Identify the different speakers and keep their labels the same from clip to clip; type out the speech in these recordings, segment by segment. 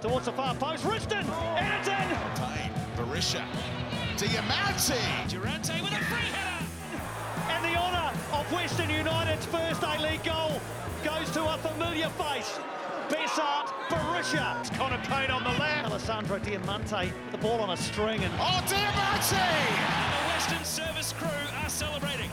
Speaker 1: towards the far post. Riston, and it's in.
Speaker 2: Payne, Barisha, Diamante.
Speaker 1: Durante with a free header. And the honour of Western United's first A-League goal goes to a familiar face. Bessart, Barisha. It's Connor Payne on the left. Alessandro Diamante, with the ball on a string. And
Speaker 2: Oh, Diamante!
Speaker 1: the Western service crew are celebrating.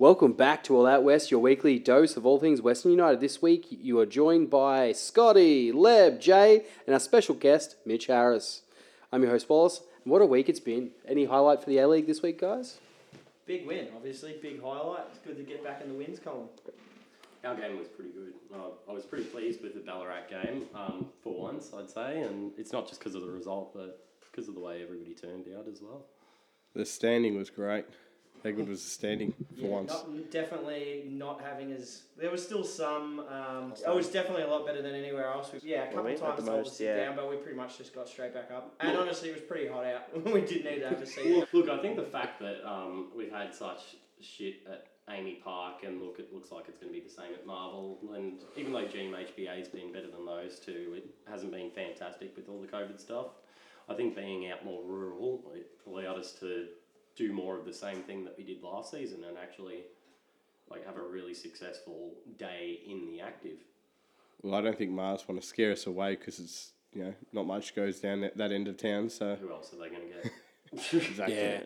Speaker 3: Welcome back to All Out West, your weekly dose of all things Western United. This week, you are joined by Scotty, Leb, Jay, and our special guest, Mitch Harris. I'm your host, Wallace. And what a week it's been. Any highlight for the A League this week, guys?
Speaker 4: Big win, obviously, big highlight. It's good to get back in the wins column.
Speaker 5: Our game was pretty good. Uh, I was pretty pleased with the Ballarat game um, for once, I'd say, and it's not just because of the result, but because of the way everybody turned out as well.
Speaker 6: The standing was great. How good was the standing for
Speaker 4: Yeah,
Speaker 6: once?
Speaker 4: Not, definitely not having as there was still some. Um, it was definitely a lot better than anywhere else. We, yeah, a couple
Speaker 7: we- at
Speaker 4: times
Speaker 7: the
Speaker 4: I
Speaker 7: most,
Speaker 4: was sit
Speaker 7: yeah.
Speaker 4: down, but we pretty much just got straight back up. And honestly, it was pretty hot out. we did need to have a seat.
Speaker 5: Look, I think the fact that um, we've had such shit at Amy Park, and look, it looks like it's going to be the same at Marvel, and even though GMHBA has been better than those two, it hasn't been fantastic with all the COVID stuff. I think being out more rural it allowed us to do more of the same thing that we did last season, and actually. Like have a really successful day in the active.
Speaker 6: Well, I don't think Mars want to scare us away because it's you know not much goes down that, that end of town. So
Speaker 5: Who else are they going to get?
Speaker 6: exactly.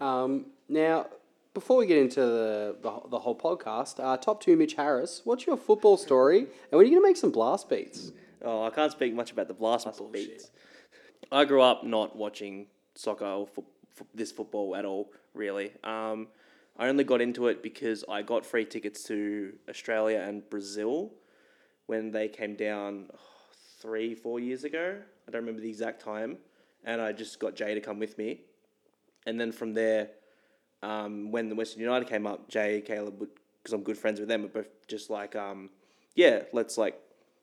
Speaker 3: Um, now, before we get into the, the, the whole podcast, uh, top two, Mitch Harris, what's your football story? And when are you going to make some blast beats?
Speaker 7: Oh, I can't speak much about the blast beats. I grew up not watching soccer or fo- fo- this football at all, really. Um, I only got into it because I got free tickets to Australia and Brazil when they came down oh, three, four years ago. I don't remember the exact time. And I just got Jay to come with me. And then from there, um, when the Western United came up, Jay, Caleb, because I'm good friends with them, are both just like, um, yeah, let's like,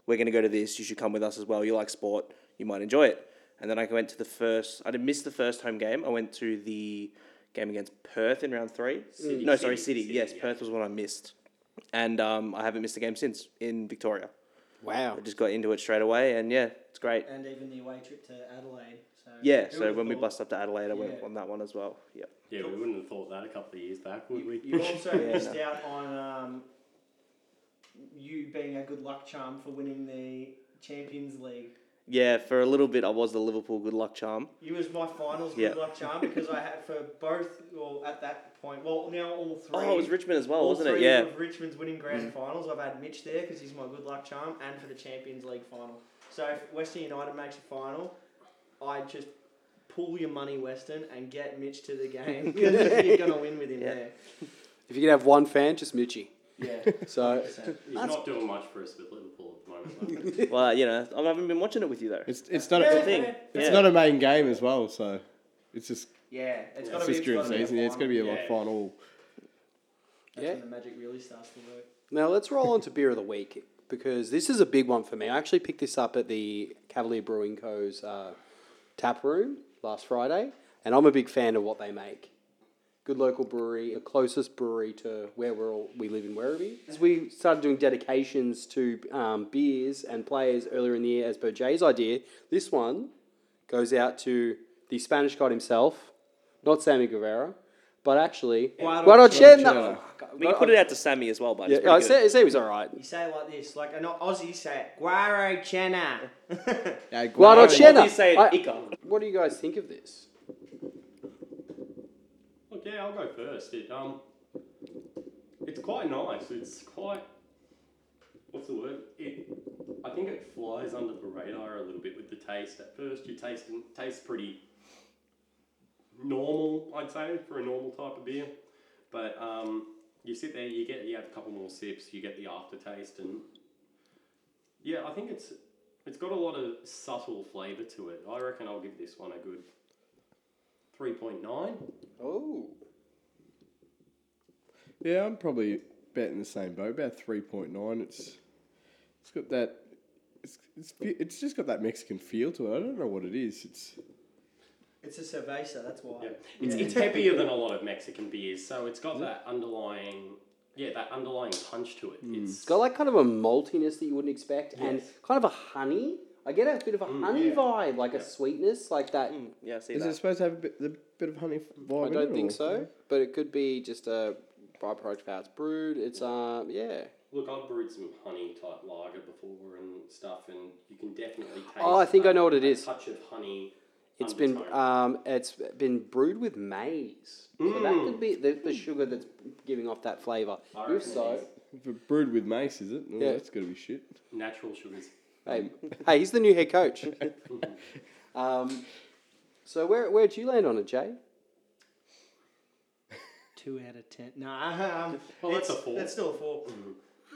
Speaker 7: we're going to go to this. You should come with us as well. You like sport. You might enjoy it. And then I went to the first, I didn't miss the first home game. I went to the game against Perth in round three. no, sorry, City. yes, Perth was one I missed. And um, I haven't missed a game since in Victoria.
Speaker 3: Wow.
Speaker 7: I just got into it straight away, and yeah, it's great.
Speaker 4: and even the away trip to Adelaide. So
Speaker 7: Yeah,
Speaker 4: who
Speaker 7: so
Speaker 4: would've
Speaker 7: when we
Speaker 4: thought?
Speaker 7: bust up to Adelaide, I went
Speaker 4: Yeah.
Speaker 7: on that one as well. Yeah.
Speaker 5: yeah, we wouldn't have thought that a couple of years back, would we?
Speaker 4: You also missed out on um, you being a good luck charm for winning the Champions League.
Speaker 7: Yeah, for a little bit, I was the Liverpool good luck charm.
Speaker 4: You was my finals
Speaker 7: Yeah.
Speaker 4: good luck charm because I had for both. Well, at that point, well now all three.
Speaker 7: Oh, it was Richmond as well,
Speaker 4: all
Speaker 7: wasn't it?
Speaker 4: three
Speaker 7: Yeah. Mm.
Speaker 4: Of Richmond's winning grand finals. I've had Mitch there because he's my good luck charm, and for the Champions League final. So if Western United makes a final, I just pull your money, Western, and get Mitch to the game. You're gonna win with him
Speaker 7: Yeah.
Speaker 4: there.
Speaker 3: If you could have one fan, just Mitchy.
Speaker 4: Yeah.
Speaker 3: So,
Speaker 5: He's not doing much for us with Liverpool at the moment. though.
Speaker 7: Well, you know, I haven't been watching it with you though.
Speaker 6: It's it's not
Speaker 4: Yeah,
Speaker 6: a,
Speaker 7: thing.
Speaker 6: it's
Speaker 7: Yeah.
Speaker 6: not a main game as well. So it's just
Speaker 4: Yeah, it's gotta
Speaker 6: it's
Speaker 4: be.
Speaker 6: just during
Speaker 4: gotta be a
Speaker 6: season. Yeah, it's going to be a
Speaker 4: final.
Speaker 6: like final.
Speaker 4: That's
Speaker 3: Yeah.
Speaker 4: when the magic really starts to work.
Speaker 3: Now let's roll on to beer of the week because this is a big one for me. I actually picked this up at the Cavalier Brewing Co.'s uh, tap room last Friday, and I'm a big fan of what they make. Good local brewery, the closest brewery to where we're all, we live in Werribee. As we started doing dedications to um, beers and players earlier in the year, as per Jay's idea, this one goes out to the Spanish god himself, not Sammy Guevara, but actually
Speaker 4: Guadalchela.
Speaker 3: Guadalchela.
Speaker 7: We can put it out to Sammy as well, but it's
Speaker 3: Yeah, I
Speaker 7: pretty
Speaker 3: said,
Speaker 7: good.
Speaker 3: I said he was all right.
Speaker 4: You say it like this, like an Aussie say it, Guaro Chena.
Speaker 6: Yeah,
Speaker 3: Guadalchela.
Speaker 7: You say it,
Speaker 3: I-
Speaker 7: Ica.
Speaker 3: What do you guys think of this?
Speaker 5: Look, yeah, I'll go first. It um, it's quite nice. It's quite. What's the word? It. I think it flies under the radar a little bit with the taste. At first, you taste tastes pretty normal, I'd say, for a normal type of beer. But um, you sit there, you get you have a couple more sips, you get the aftertaste, and yeah, I think it's it's got a lot of subtle flavour to it. I reckon I'll give this one a good three point nine.
Speaker 3: Oh,
Speaker 6: Yeah, I'm probably about in the same boat. About three point nine. It's it's got that. It's, it's, it's just got that Mexican feel to it. I don't know what it is. It's
Speaker 4: It's a cerveza, that's why.
Speaker 5: Yeah. It's, it's heavier than a lot of Mexican beers, so it's
Speaker 3: Mm-hmm.
Speaker 5: got that underlying, yeah, that
Speaker 3: Mm.
Speaker 5: underlying punch to it. It's
Speaker 3: it's got like kind of a maltiness that you wouldn't expect, and kind of a honey. I I get a bit of a honey
Speaker 5: yeah.
Speaker 3: vibe, like a sweetness, like that.
Speaker 7: Mm, Yeah, I see
Speaker 6: Is
Speaker 7: that.
Speaker 6: it supposed to have a bit, the bit of honey vibe?
Speaker 3: I
Speaker 6: in it,
Speaker 3: don't think
Speaker 6: or-
Speaker 3: so, but it could be just a byproduct of how it's brewed. It's um, yeah.
Speaker 5: Look, I've brewed some honey type lager before and stuff, and you can definitely taste. uh,
Speaker 3: Oh, I think I know what it
Speaker 5: a
Speaker 3: is.
Speaker 5: Touch of honey.
Speaker 3: It's been
Speaker 5: undertone.
Speaker 3: um, it's been brewed with maize, so that could be the, the sugar that's giving off that flavour.
Speaker 5: I
Speaker 3: If
Speaker 5: reckon
Speaker 3: so,
Speaker 5: it is.
Speaker 6: If it brewed with mace, is it? Oh,
Speaker 3: Yeah.
Speaker 6: That's got to be shit.
Speaker 5: natural sugars.
Speaker 3: hey, hey, he's the new head coach. um, so where where'd you land on it, Jay?
Speaker 4: Two out of ten. Nah, um,
Speaker 5: Well, Oh, that's
Speaker 4: it's-
Speaker 5: a four. Mm.
Speaker 4: That's still a four.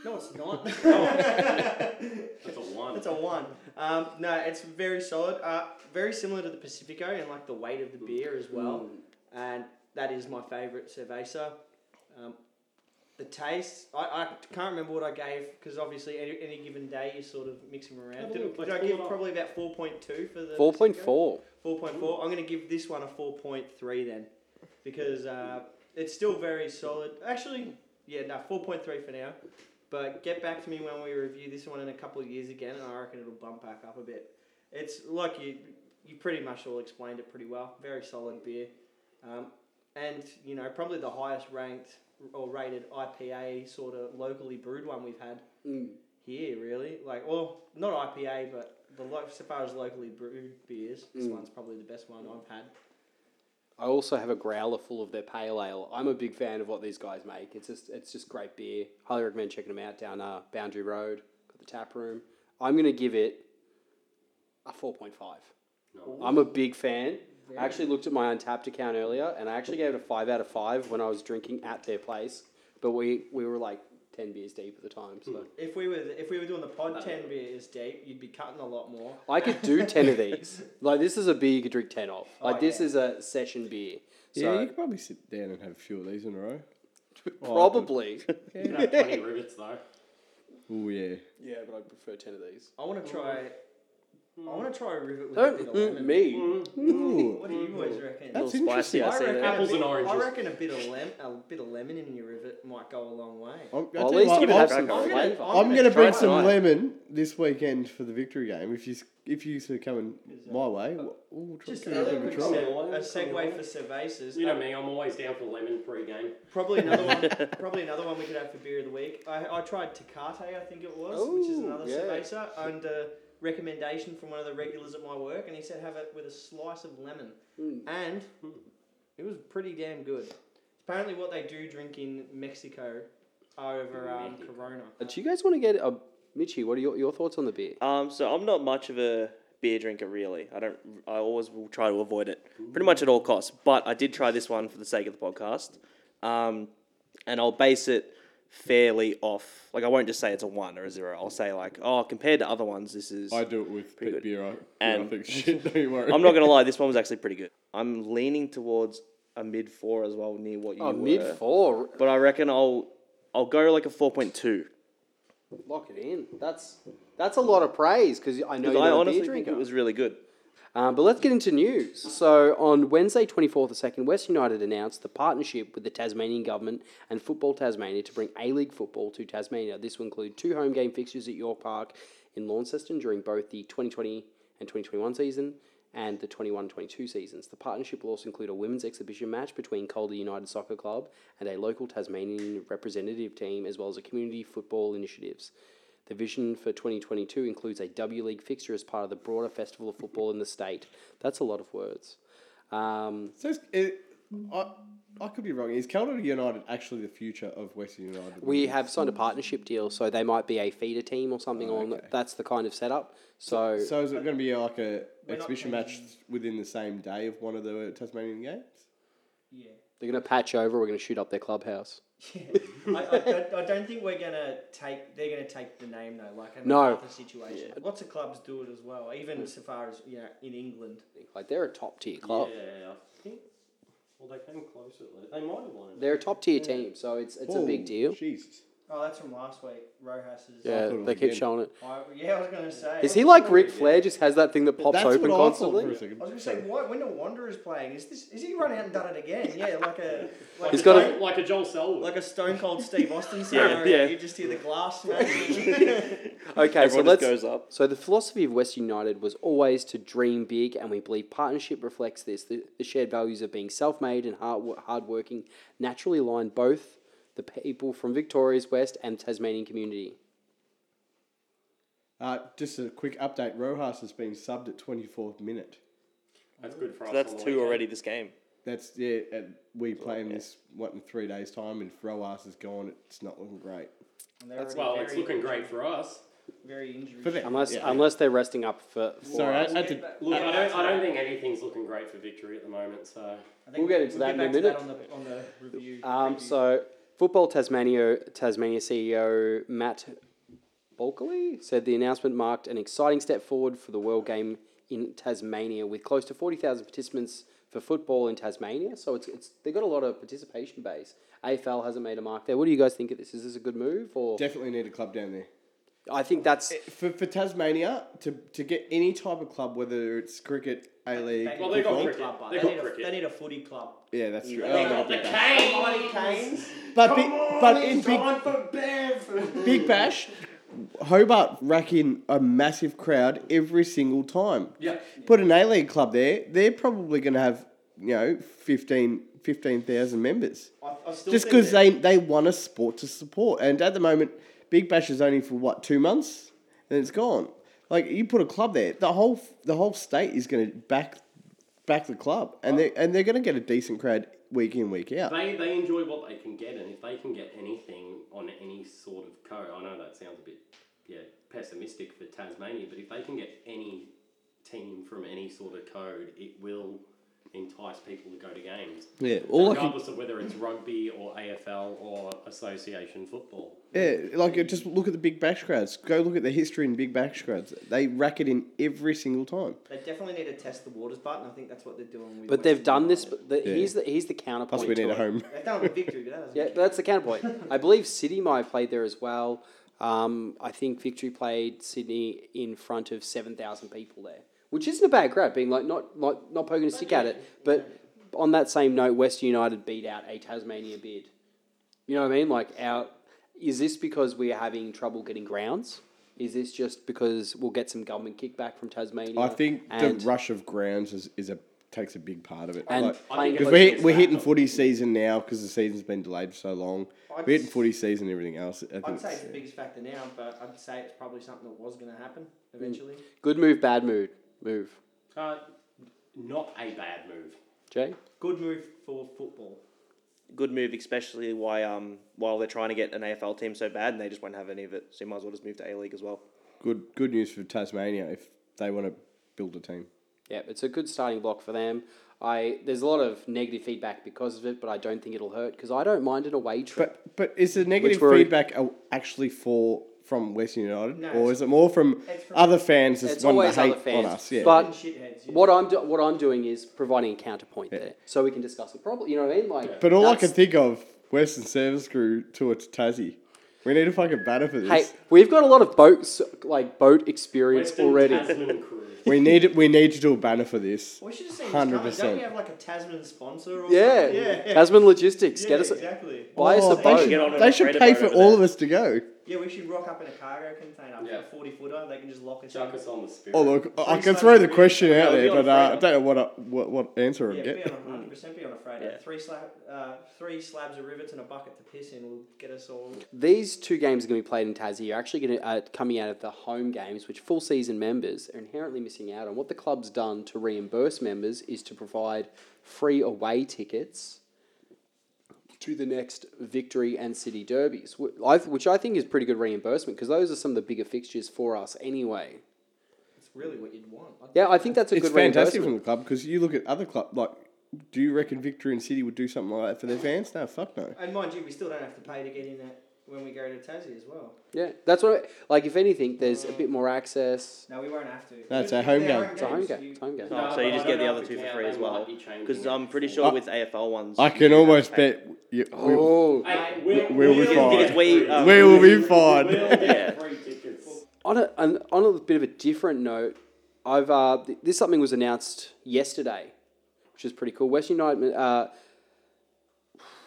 Speaker 4: No, it's not.
Speaker 5: That's a one.
Speaker 4: It's a one. Um, no, it's very solid. Uh, very similar to the Pacifico and like the weight of the beer as well.
Speaker 5: Mm.
Speaker 4: And that is my favourite cerveza. Um, the taste, I, I can't remember what I gave because obviously any, any given day you sort of mix them around.
Speaker 5: Have a
Speaker 4: Did,
Speaker 5: look,
Speaker 4: did
Speaker 5: let's
Speaker 4: I
Speaker 5: pull
Speaker 4: give
Speaker 5: it up.
Speaker 4: probably about 4.2 for the.
Speaker 3: Four point
Speaker 4: Pacifico?
Speaker 3: four.
Speaker 4: 4.4. I'm going to give this one a 4.3 then because uh, it's still very solid. Actually, yeah, no, 4.3 for now. But get back to me when we review this one in a couple of years again, and I reckon it'll bump back up a bit. It's like you, you pretty much all explained it pretty well. Very solid beer. Um, and, you know, probably the highest ranked or rated IPA sort of locally brewed one we've had here, really. Like, well, not IPA, but the lo- so far as locally brewed beers, this one's probably the best one I've had.
Speaker 3: I also have a growler full of their pale ale. I'm a big fan of what these guys make. It's just it's just great beer. Highly recommend checking them out down uh, Boundary Road, got the tap room. I'm gonna give it a four point five. I'm a big fan. I actually looked at my untapped account earlier, and I actually gave it a five out of five when I was drinking at their place. But we we were like ten beers deep at the time, so
Speaker 4: If we were if we were doing the pod ten beers deep, you'd be cutting a lot more.
Speaker 3: I could do ten of these. Like this is a beer you could drink ten of. Like this
Speaker 4: yeah.
Speaker 3: is a session beer.
Speaker 6: Oh, yeah,
Speaker 3: So
Speaker 6: you could probably sit down and have a few of these in a row.
Speaker 3: probably.
Speaker 5: You can have twenty rivets though.
Speaker 6: Oh yeah.
Speaker 3: yeah, but I prefer ten of these.
Speaker 4: I want to try. I want to try a rivet with a bit
Speaker 3: Don't
Speaker 4: of
Speaker 3: mm,
Speaker 4: lemon.
Speaker 3: me.
Speaker 6: Ooh,
Speaker 4: What do you boys reckon?
Speaker 7: a
Speaker 6: that's
Speaker 7: little spicy. I see
Speaker 4: reckon
Speaker 6: interesting.
Speaker 7: that.
Speaker 4: a
Speaker 5: Mm. Apples
Speaker 4: bit-
Speaker 5: and oranges.
Speaker 4: I reckon a bit of lem, a bit of lemon in your rivet might go a long way.
Speaker 6: I'm,
Speaker 3: Well, at least you
Speaker 6: I'm,
Speaker 3: would have
Speaker 7: I'm
Speaker 3: some
Speaker 7: gonna-
Speaker 3: flavour.
Speaker 6: I'm gonna
Speaker 7: try
Speaker 6: bring
Speaker 7: it
Speaker 6: some
Speaker 7: tonight.
Speaker 6: lemon this weekend for the victory game. If you s- if you sort of coming my way, we'll, we'll try
Speaker 4: Just
Speaker 6: give it a
Speaker 4: another
Speaker 6: bit
Speaker 4: quick
Speaker 6: of
Speaker 5: try.
Speaker 6: try.
Speaker 5: sip.
Speaker 4: segue, a segue for cervezas.
Speaker 5: You know me. I'm always down for lemon pre-game.
Speaker 4: Probably another one. probably another one we could have for beer of the week. I, I tried Tecate, I think it was, which is
Speaker 3: Ooh,
Speaker 4: another
Speaker 3: yeah.
Speaker 4: cerveza under recommendation from one of the regulars at my work, and he said have it with a slice of lemon,
Speaker 3: Hmm.
Speaker 4: and it was pretty damn good. Apparently, what they do drink in Mexico over um,
Speaker 5: Mexico.
Speaker 4: Corona.
Speaker 3: Uh, Do you guys want to get a Mitchy? What are your, your thoughts on the beer?
Speaker 7: Um, so I'm not much of a beer drinker really. I don't. I always will try to avoid it, pretty much at all costs. But I did try this one for the sake of the podcast, um, and I'll base it fairly off. Like I won't just say it's a one or a zero. I'll say like, oh, compared to other ones, this is.
Speaker 6: I do it with
Speaker 7: Pretty good.
Speaker 6: pit beer. I,
Speaker 7: And-
Speaker 6: I think shit. Don't you worry.
Speaker 7: I'm not gonna lie, this one was actually pretty good. I'm leaning towards a mid four as well, near what you
Speaker 3: Oh,
Speaker 7: were.
Speaker 3: mid four.
Speaker 7: But I reckon I'll I'll go like a four point
Speaker 3: Oh,
Speaker 7: two.
Speaker 3: Lock it in. That's that's a lot of praise because I know
Speaker 7: I
Speaker 3: you're not a
Speaker 7: honestly
Speaker 3: beer
Speaker 7: think
Speaker 3: drinker.
Speaker 7: it was really good.
Speaker 3: Um, but let's get into news. So on Wednesday, 24th of 2nd, West United announced the partnership with the Tasmanian government and Football Tasmania to bring A-League football to Tasmania. This will include two home game fixtures at York Park in Launceston during both the 2020 and 2021 season and the 21-22 seasons. The partnership will also include a women's exhibition match between Calder United Soccer Club and a local Tasmanian representative team as well as a community football initiatives. The vision for 2022 includes a W League fixture as part of the broader festival of football in the state. That's a lot of words. Um,
Speaker 6: So it's- it, I, I could be wrong. Is Calder United actually the future of Western United?
Speaker 3: we have signed a partnership deal, so they might be a feeder team or something. on
Speaker 6: okay.
Speaker 3: that's the kind of setup. So,
Speaker 6: So is it going to be like a
Speaker 4: not
Speaker 6: exhibition match within the same day of one of the Tasmanian games?
Speaker 4: Yeah.
Speaker 3: they're going to patch over. We're going to shoot up their clubhouse.
Speaker 4: I, I, don't, I don't think we're gonna take. They're gonna take the name though, like in
Speaker 3: No. Hmm.
Speaker 4: the situation. Lots of clubs do it as well, even so far as you know in England.
Speaker 3: Like they're a top tier club.
Speaker 5: Yeah, I think. Well, they came close at least. They might have won it.
Speaker 3: They're a top tier team, so it's it's a big
Speaker 6: Oh,
Speaker 3: deal.
Speaker 6: Jesus.
Speaker 4: Oh, that's from last week. Rojas is.
Speaker 3: Yeah,
Speaker 6: thought it
Speaker 3: they
Speaker 6: was
Speaker 3: keep
Speaker 6: again.
Speaker 3: showing it.
Speaker 4: I, yeah, I was gonna say.
Speaker 3: Is he like Ric Flair? Just has that thing that pops
Speaker 6: That's
Speaker 3: open
Speaker 6: what I thought for
Speaker 3: constantly.
Speaker 6: a second.
Speaker 4: I was gonna say, why, when the Wanderer's playing, is this? Is he run out and done it again? Yeah, like a. Like
Speaker 3: He's
Speaker 4: a
Speaker 3: got a-
Speaker 4: stone-
Speaker 5: Like a Joel Selwood.
Speaker 4: like a Stone Cold Steve Austin scenario.
Speaker 7: yeah.
Speaker 4: You just hear the glass smash.
Speaker 3: Okay, so
Speaker 7: Everyone
Speaker 3: let's.
Speaker 7: just goes up.
Speaker 3: So the philosophy of West United was always to dream big, and we believe partnership reflects this. The, the shared values of being self-made and hard hardworking naturally align both the people from Victoria's West and Tasmanian community.
Speaker 6: Uh, just a quick update. Rojas has been subbed at 24th minute.
Speaker 5: that's good for
Speaker 7: So
Speaker 5: us.
Speaker 7: that's
Speaker 5: on the
Speaker 7: two
Speaker 5: weekend.
Speaker 7: already this game.
Speaker 6: That's yeah. And we play in this what in three days' time, and if Rojas is gone, it's not looking great.
Speaker 4: And they're already
Speaker 5: Well, it's
Speaker 4: very-
Speaker 5: looking great for us.
Speaker 4: Very injury.
Speaker 6: For them,
Speaker 3: Unless
Speaker 6: yeah.
Speaker 3: unless they're resting up for. for
Speaker 6: So at, at
Speaker 4: We'll
Speaker 6: the,
Speaker 4: get
Speaker 5: Look, I
Speaker 4: back
Speaker 5: don't,
Speaker 4: to
Speaker 5: I don't
Speaker 4: that.
Speaker 5: think anything's looking great for victory at the moment, so.
Speaker 4: I think
Speaker 3: We'll get into that in a
Speaker 4: back to
Speaker 3: minute.
Speaker 4: on the, on the review.
Speaker 3: Um,
Speaker 4: preview.
Speaker 3: so, Football Tasmania, Tasmania CEO Matt Bulkley said the announcement marked an exciting step forward for the World Game in Tasmania, with close to 40,000 participants for football in Tasmania. So, it's, it's they've got a lot of participation base. AFL hasn't made a mark there. What do you guys think of this? Is this a good move? Or
Speaker 6: definitely need a club down there.
Speaker 3: I think that's.
Speaker 6: For, for Tasmania to, to get any type of club, whether it's cricket, A League,
Speaker 4: They
Speaker 5: Well, they got
Speaker 4: need a
Speaker 5: cricket.
Speaker 4: club, but
Speaker 5: They
Speaker 4: They
Speaker 5: got
Speaker 4: need a-
Speaker 5: cricket.
Speaker 4: they need a footy club.
Speaker 6: yeah, that's true.
Speaker 4: They
Speaker 6: Oh,
Speaker 4: got
Speaker 6: no,
Speaker 4: the
Speaker 6: but-
Speaker 4: Mighty Canes.
Speaker 6: but big, but in big, Big Bash, Hobart rack in a massive crowd every single time.
Speaker 5: Yeah.
Speaker 6: Put an A League club there, they're probably going to have, you know, 15 15,000 members.
Speaker 4: I, I still think
Speaker 6: Just because
Speaker 4: that-
Speaker 6: they, they want a sport to support. And at the moment, Big Bash is only for what, two months? And it's gone. Like, you put a club there, the whole the whole state is going to back back the club. And, they, and they're going to get a decent crowd week in, week out.
Speaker 5: They, they enjoy what they can get, and if they can get anything on any sort of co, I know that sounds a bit yeah pessimistic for Tasmania, but if they can get any team from any sort of code, it will entice people to go to games.
Speaker 6: Yeah, all I can-
Speaker 5: regardless of whether it's rugby or AFL or association football.
Speaker 6: Yeah, like you just look at the Big Bash crowds. Go look at the history in Big Bash crowds. They rack it in every single time.
Speaker 4: They definitely need to test the waters button. I think that's what they're doing. With
Speaker 3: But
Speaker 4: Western
Speaker 3: they've done this.
Speaker 4: United.
Speaker 3: But the, Here's the here's the counterpoint.
Speaker 6: Plus, we
Speaker 3: to
Speaker 6: need a
Speaker 3: it.
Speaker 6: home.
Speaker 4: They've done it with victory, but that doesn't.
Speaker 3: Yeah, but that's the counterpoint. I believe City might have played there as well. Um, I think Victory played Sydney in front of seven thousand people there, which isn't a bad crowd. Being like not not not poking a stick at it, but on that same note, West United beat out a Tasmania bid. You know what I mean? Like, our, is this because we're having trouble getting grounds? Is this just because we'll get some government kickback from Tasmania?
Speaker 6: I think
Speaker 3: and,
Speaker 6: the rush of grounds is, is a takes a big part of it.
Speaker 3: and
Speaker 6: Like,
Speaker 3: playing
Speaker 5: think
Speaker 6: because
Speaker 5: it's-
Speaker 6: we're,
Speaker 3: close-
Speaker 6: hit, we're hitting footy season now because the season's been delayed for so long.
Speaker 4: I'd
Speaker 6: We're hitting
Speaker 4: s-
Speaker 6: footy season and everything else. I think
Speaker 4: I'd say
Speaker 6: it's-
Speaker 4: it's the biggest factor now, but I'd say it's probably something that was going to happen eventually.
Speaker 3: good move, bad move, move.
Speaker 5: Uh, not a bad move.
Speaker 3: Jay,
Speaker 4: Good move for football.
Speaker 7: Good move, especially why um while they're trying to get an AFL team so bad and they just won't have any of it. So you might as well just move to A League as well.
Speaker 6: good, good news for Tasmania if they want to build a team.
Speaker 3: Yeah, it's a good starting block for them. I there's a lot of negative feedback because of it, but I don't think it'll hurt because I don't mind an away trip.
Speaker 6: But but is the negative
Speaker 3: we're-
Speaker 6: feedback a- actually for from West United,
Speaker 4: No,
Speaker 6: or
Speaker 4: it's-
Speaker 6: is it more from,
Speaker 4: it's from-
Speaker 6: other fans that
Speaker 3: it's
Speaker 6: want to
Speaker 3: always other
Speaker 6: hate on
Speaker 3: fans,
Speaker 6: us? Yeah.
Speaker 3: but
Speaker 4: Fucking shitheads, yeah.
Speaker 3: what I'm do- what I'm doing is providing a counterpoint there, so we can discuss the problem. You know what I mean? Like,
Speaker 6: But all I
Speaker 3: that's-
Speaker 6: can think of, Western Service crew tour to Tassie. We need a fucking banner for this.
Speaker 3: Hey, we've got a lot of boats like boat experience
Speaker 5: Western
Speaker 3: already.
Speaker 5: Tasman crew.
Speaker 6: We need it. We need to do a banner for this.
Speaker 4: We should have seen
Speaker 6: Hundred
Speaker 4: 100%. this coming. Don't
Speaker 6: percent.
Speaker 4: we have like a Tasman sponsor or
Speaker 3: Yeah.
Speaker 4: something? Yeah.
Speaker 3: Tasman Logistics,
Speaker 4: Yeah,
Speaker 3: get us a,
Speaker 4: exactly.
Speaker 3: buy us a
Speaker 6: Oh,
Speaker 3: boat.
Speaker 6: they
Speaker 7: Get on
Speaker 6: should,
Speaker 7: a
Speaker 6: they should
Speaker 7: freighter
Speaker 6: pay
Speaker 7: boat
Speaker 6: for
Speaker 7: over
Speaker 6: all
Speaker 7: there.
Speaker 6: of us to go.
Speaker 4: Yeah, we should rock up in a cargo container,
Speaker 5: Yeah.
Speaker 4: a 40 footer. They can just lock us
Speaker 5: Chuck
Speaker 4: in.
Speaker 5: us on the spirit.
Speaker 6: Oh look, I- I
Speaker 4: Free
Speaker 6: can
Speaker 4: stuff
Speaker 6: throw
Speaker 4: for
Speaker 6: the
Speaker 4: me.
Speaker 6: question out
Speaker 7: I'll be
Speaker 6: there,
Speaker 7: on a
Speaker 6: but uh, I
Speaker 7: freighter.
Speaker 6: don't know what I, what, what answer I'm
Speaker 4: Yeah,
Speaker 6: getting.
Speaker 4: be on 100% be on a Friday.
Speaker 7: Yeah.
Speaker 4: Three, slab, uh, three slabs of rivets and a bucket to piss in will get us all.
Speaker 3: These two games are going to be played in Tassie. Are actually going to uh, coming out of the home games, which full season members are inherently missing out on. What the club's done to reimburse members is to provide free away tickets to the next Victory and City derbies, wh- I- which I think is pretty good reimbursement because those are some of the bigger fixtures for us anyway.
Speaker 4: It's really what you'd want. I
Speaker 3: Yeah, I think that's a
Speaker 6: It's
Speaker 3: good
Speaker 6: fantastic
Speaker 3: reimbursement.
Speaker 6: from the club because you look at other club like. Do you reckon Victory and City would do something like that for their fans? No, fuck no.
Speaker 4: And mind you, we still don't have to pay to get in that when we go to Tassie as well.
Speaker 3: Yeah, that's what. I, like, if anything, there's a bit more access.
Speaker 4: No, we won't have to.
Speaker 6: No, it's
Speaker 4: They're
Speaker 6: a home game.
Speaker 3: It's a home
Speaker 4: games,
Speaker 3: game.
Speaker 4: you-
Speaker 3: It's a home game.
Speaker 7: Oh, so
Speaker 5: Uh, but
Speaker 7: you
Speaker 5: I
Speaker 7: just
Speaker 5: don't
Speaker 7: get the
Speaker 5: know
Speaker 7: other
Speaker 5: if
Speaker 7: two
Speaker 5: we
Speaker 7: for
Speaker 5: can.
Speaker 7: free
Speaker 5: They
Speaker 7: as well.
Speaker 5: might be changing
Speaker 7: Because
Speaker 5: it
Speaker 7: I'm pretty
Speaker 5: for-
Speaker 7: sure with AFL ones,
Speaker 6: I
Speaker 7: you
Speaker 6: can
Speaker 7: don't have
Speaker 6: almost
Speaker 7: to pay.
Speaker 6: bet you, we,
Speaker 3: Oh,
Speaker 5: Hey, we'll,
Speaker 6: we'll be fine.
Speaker 7: Because we, um,
Speaker 6: we will be fine.
Speaker 5: We'll get free tickets.
Speaker 3: on a on, on a bit of a different note, I've uh, th- this something was announced yesterday, which is pretty cool. West United. Uh,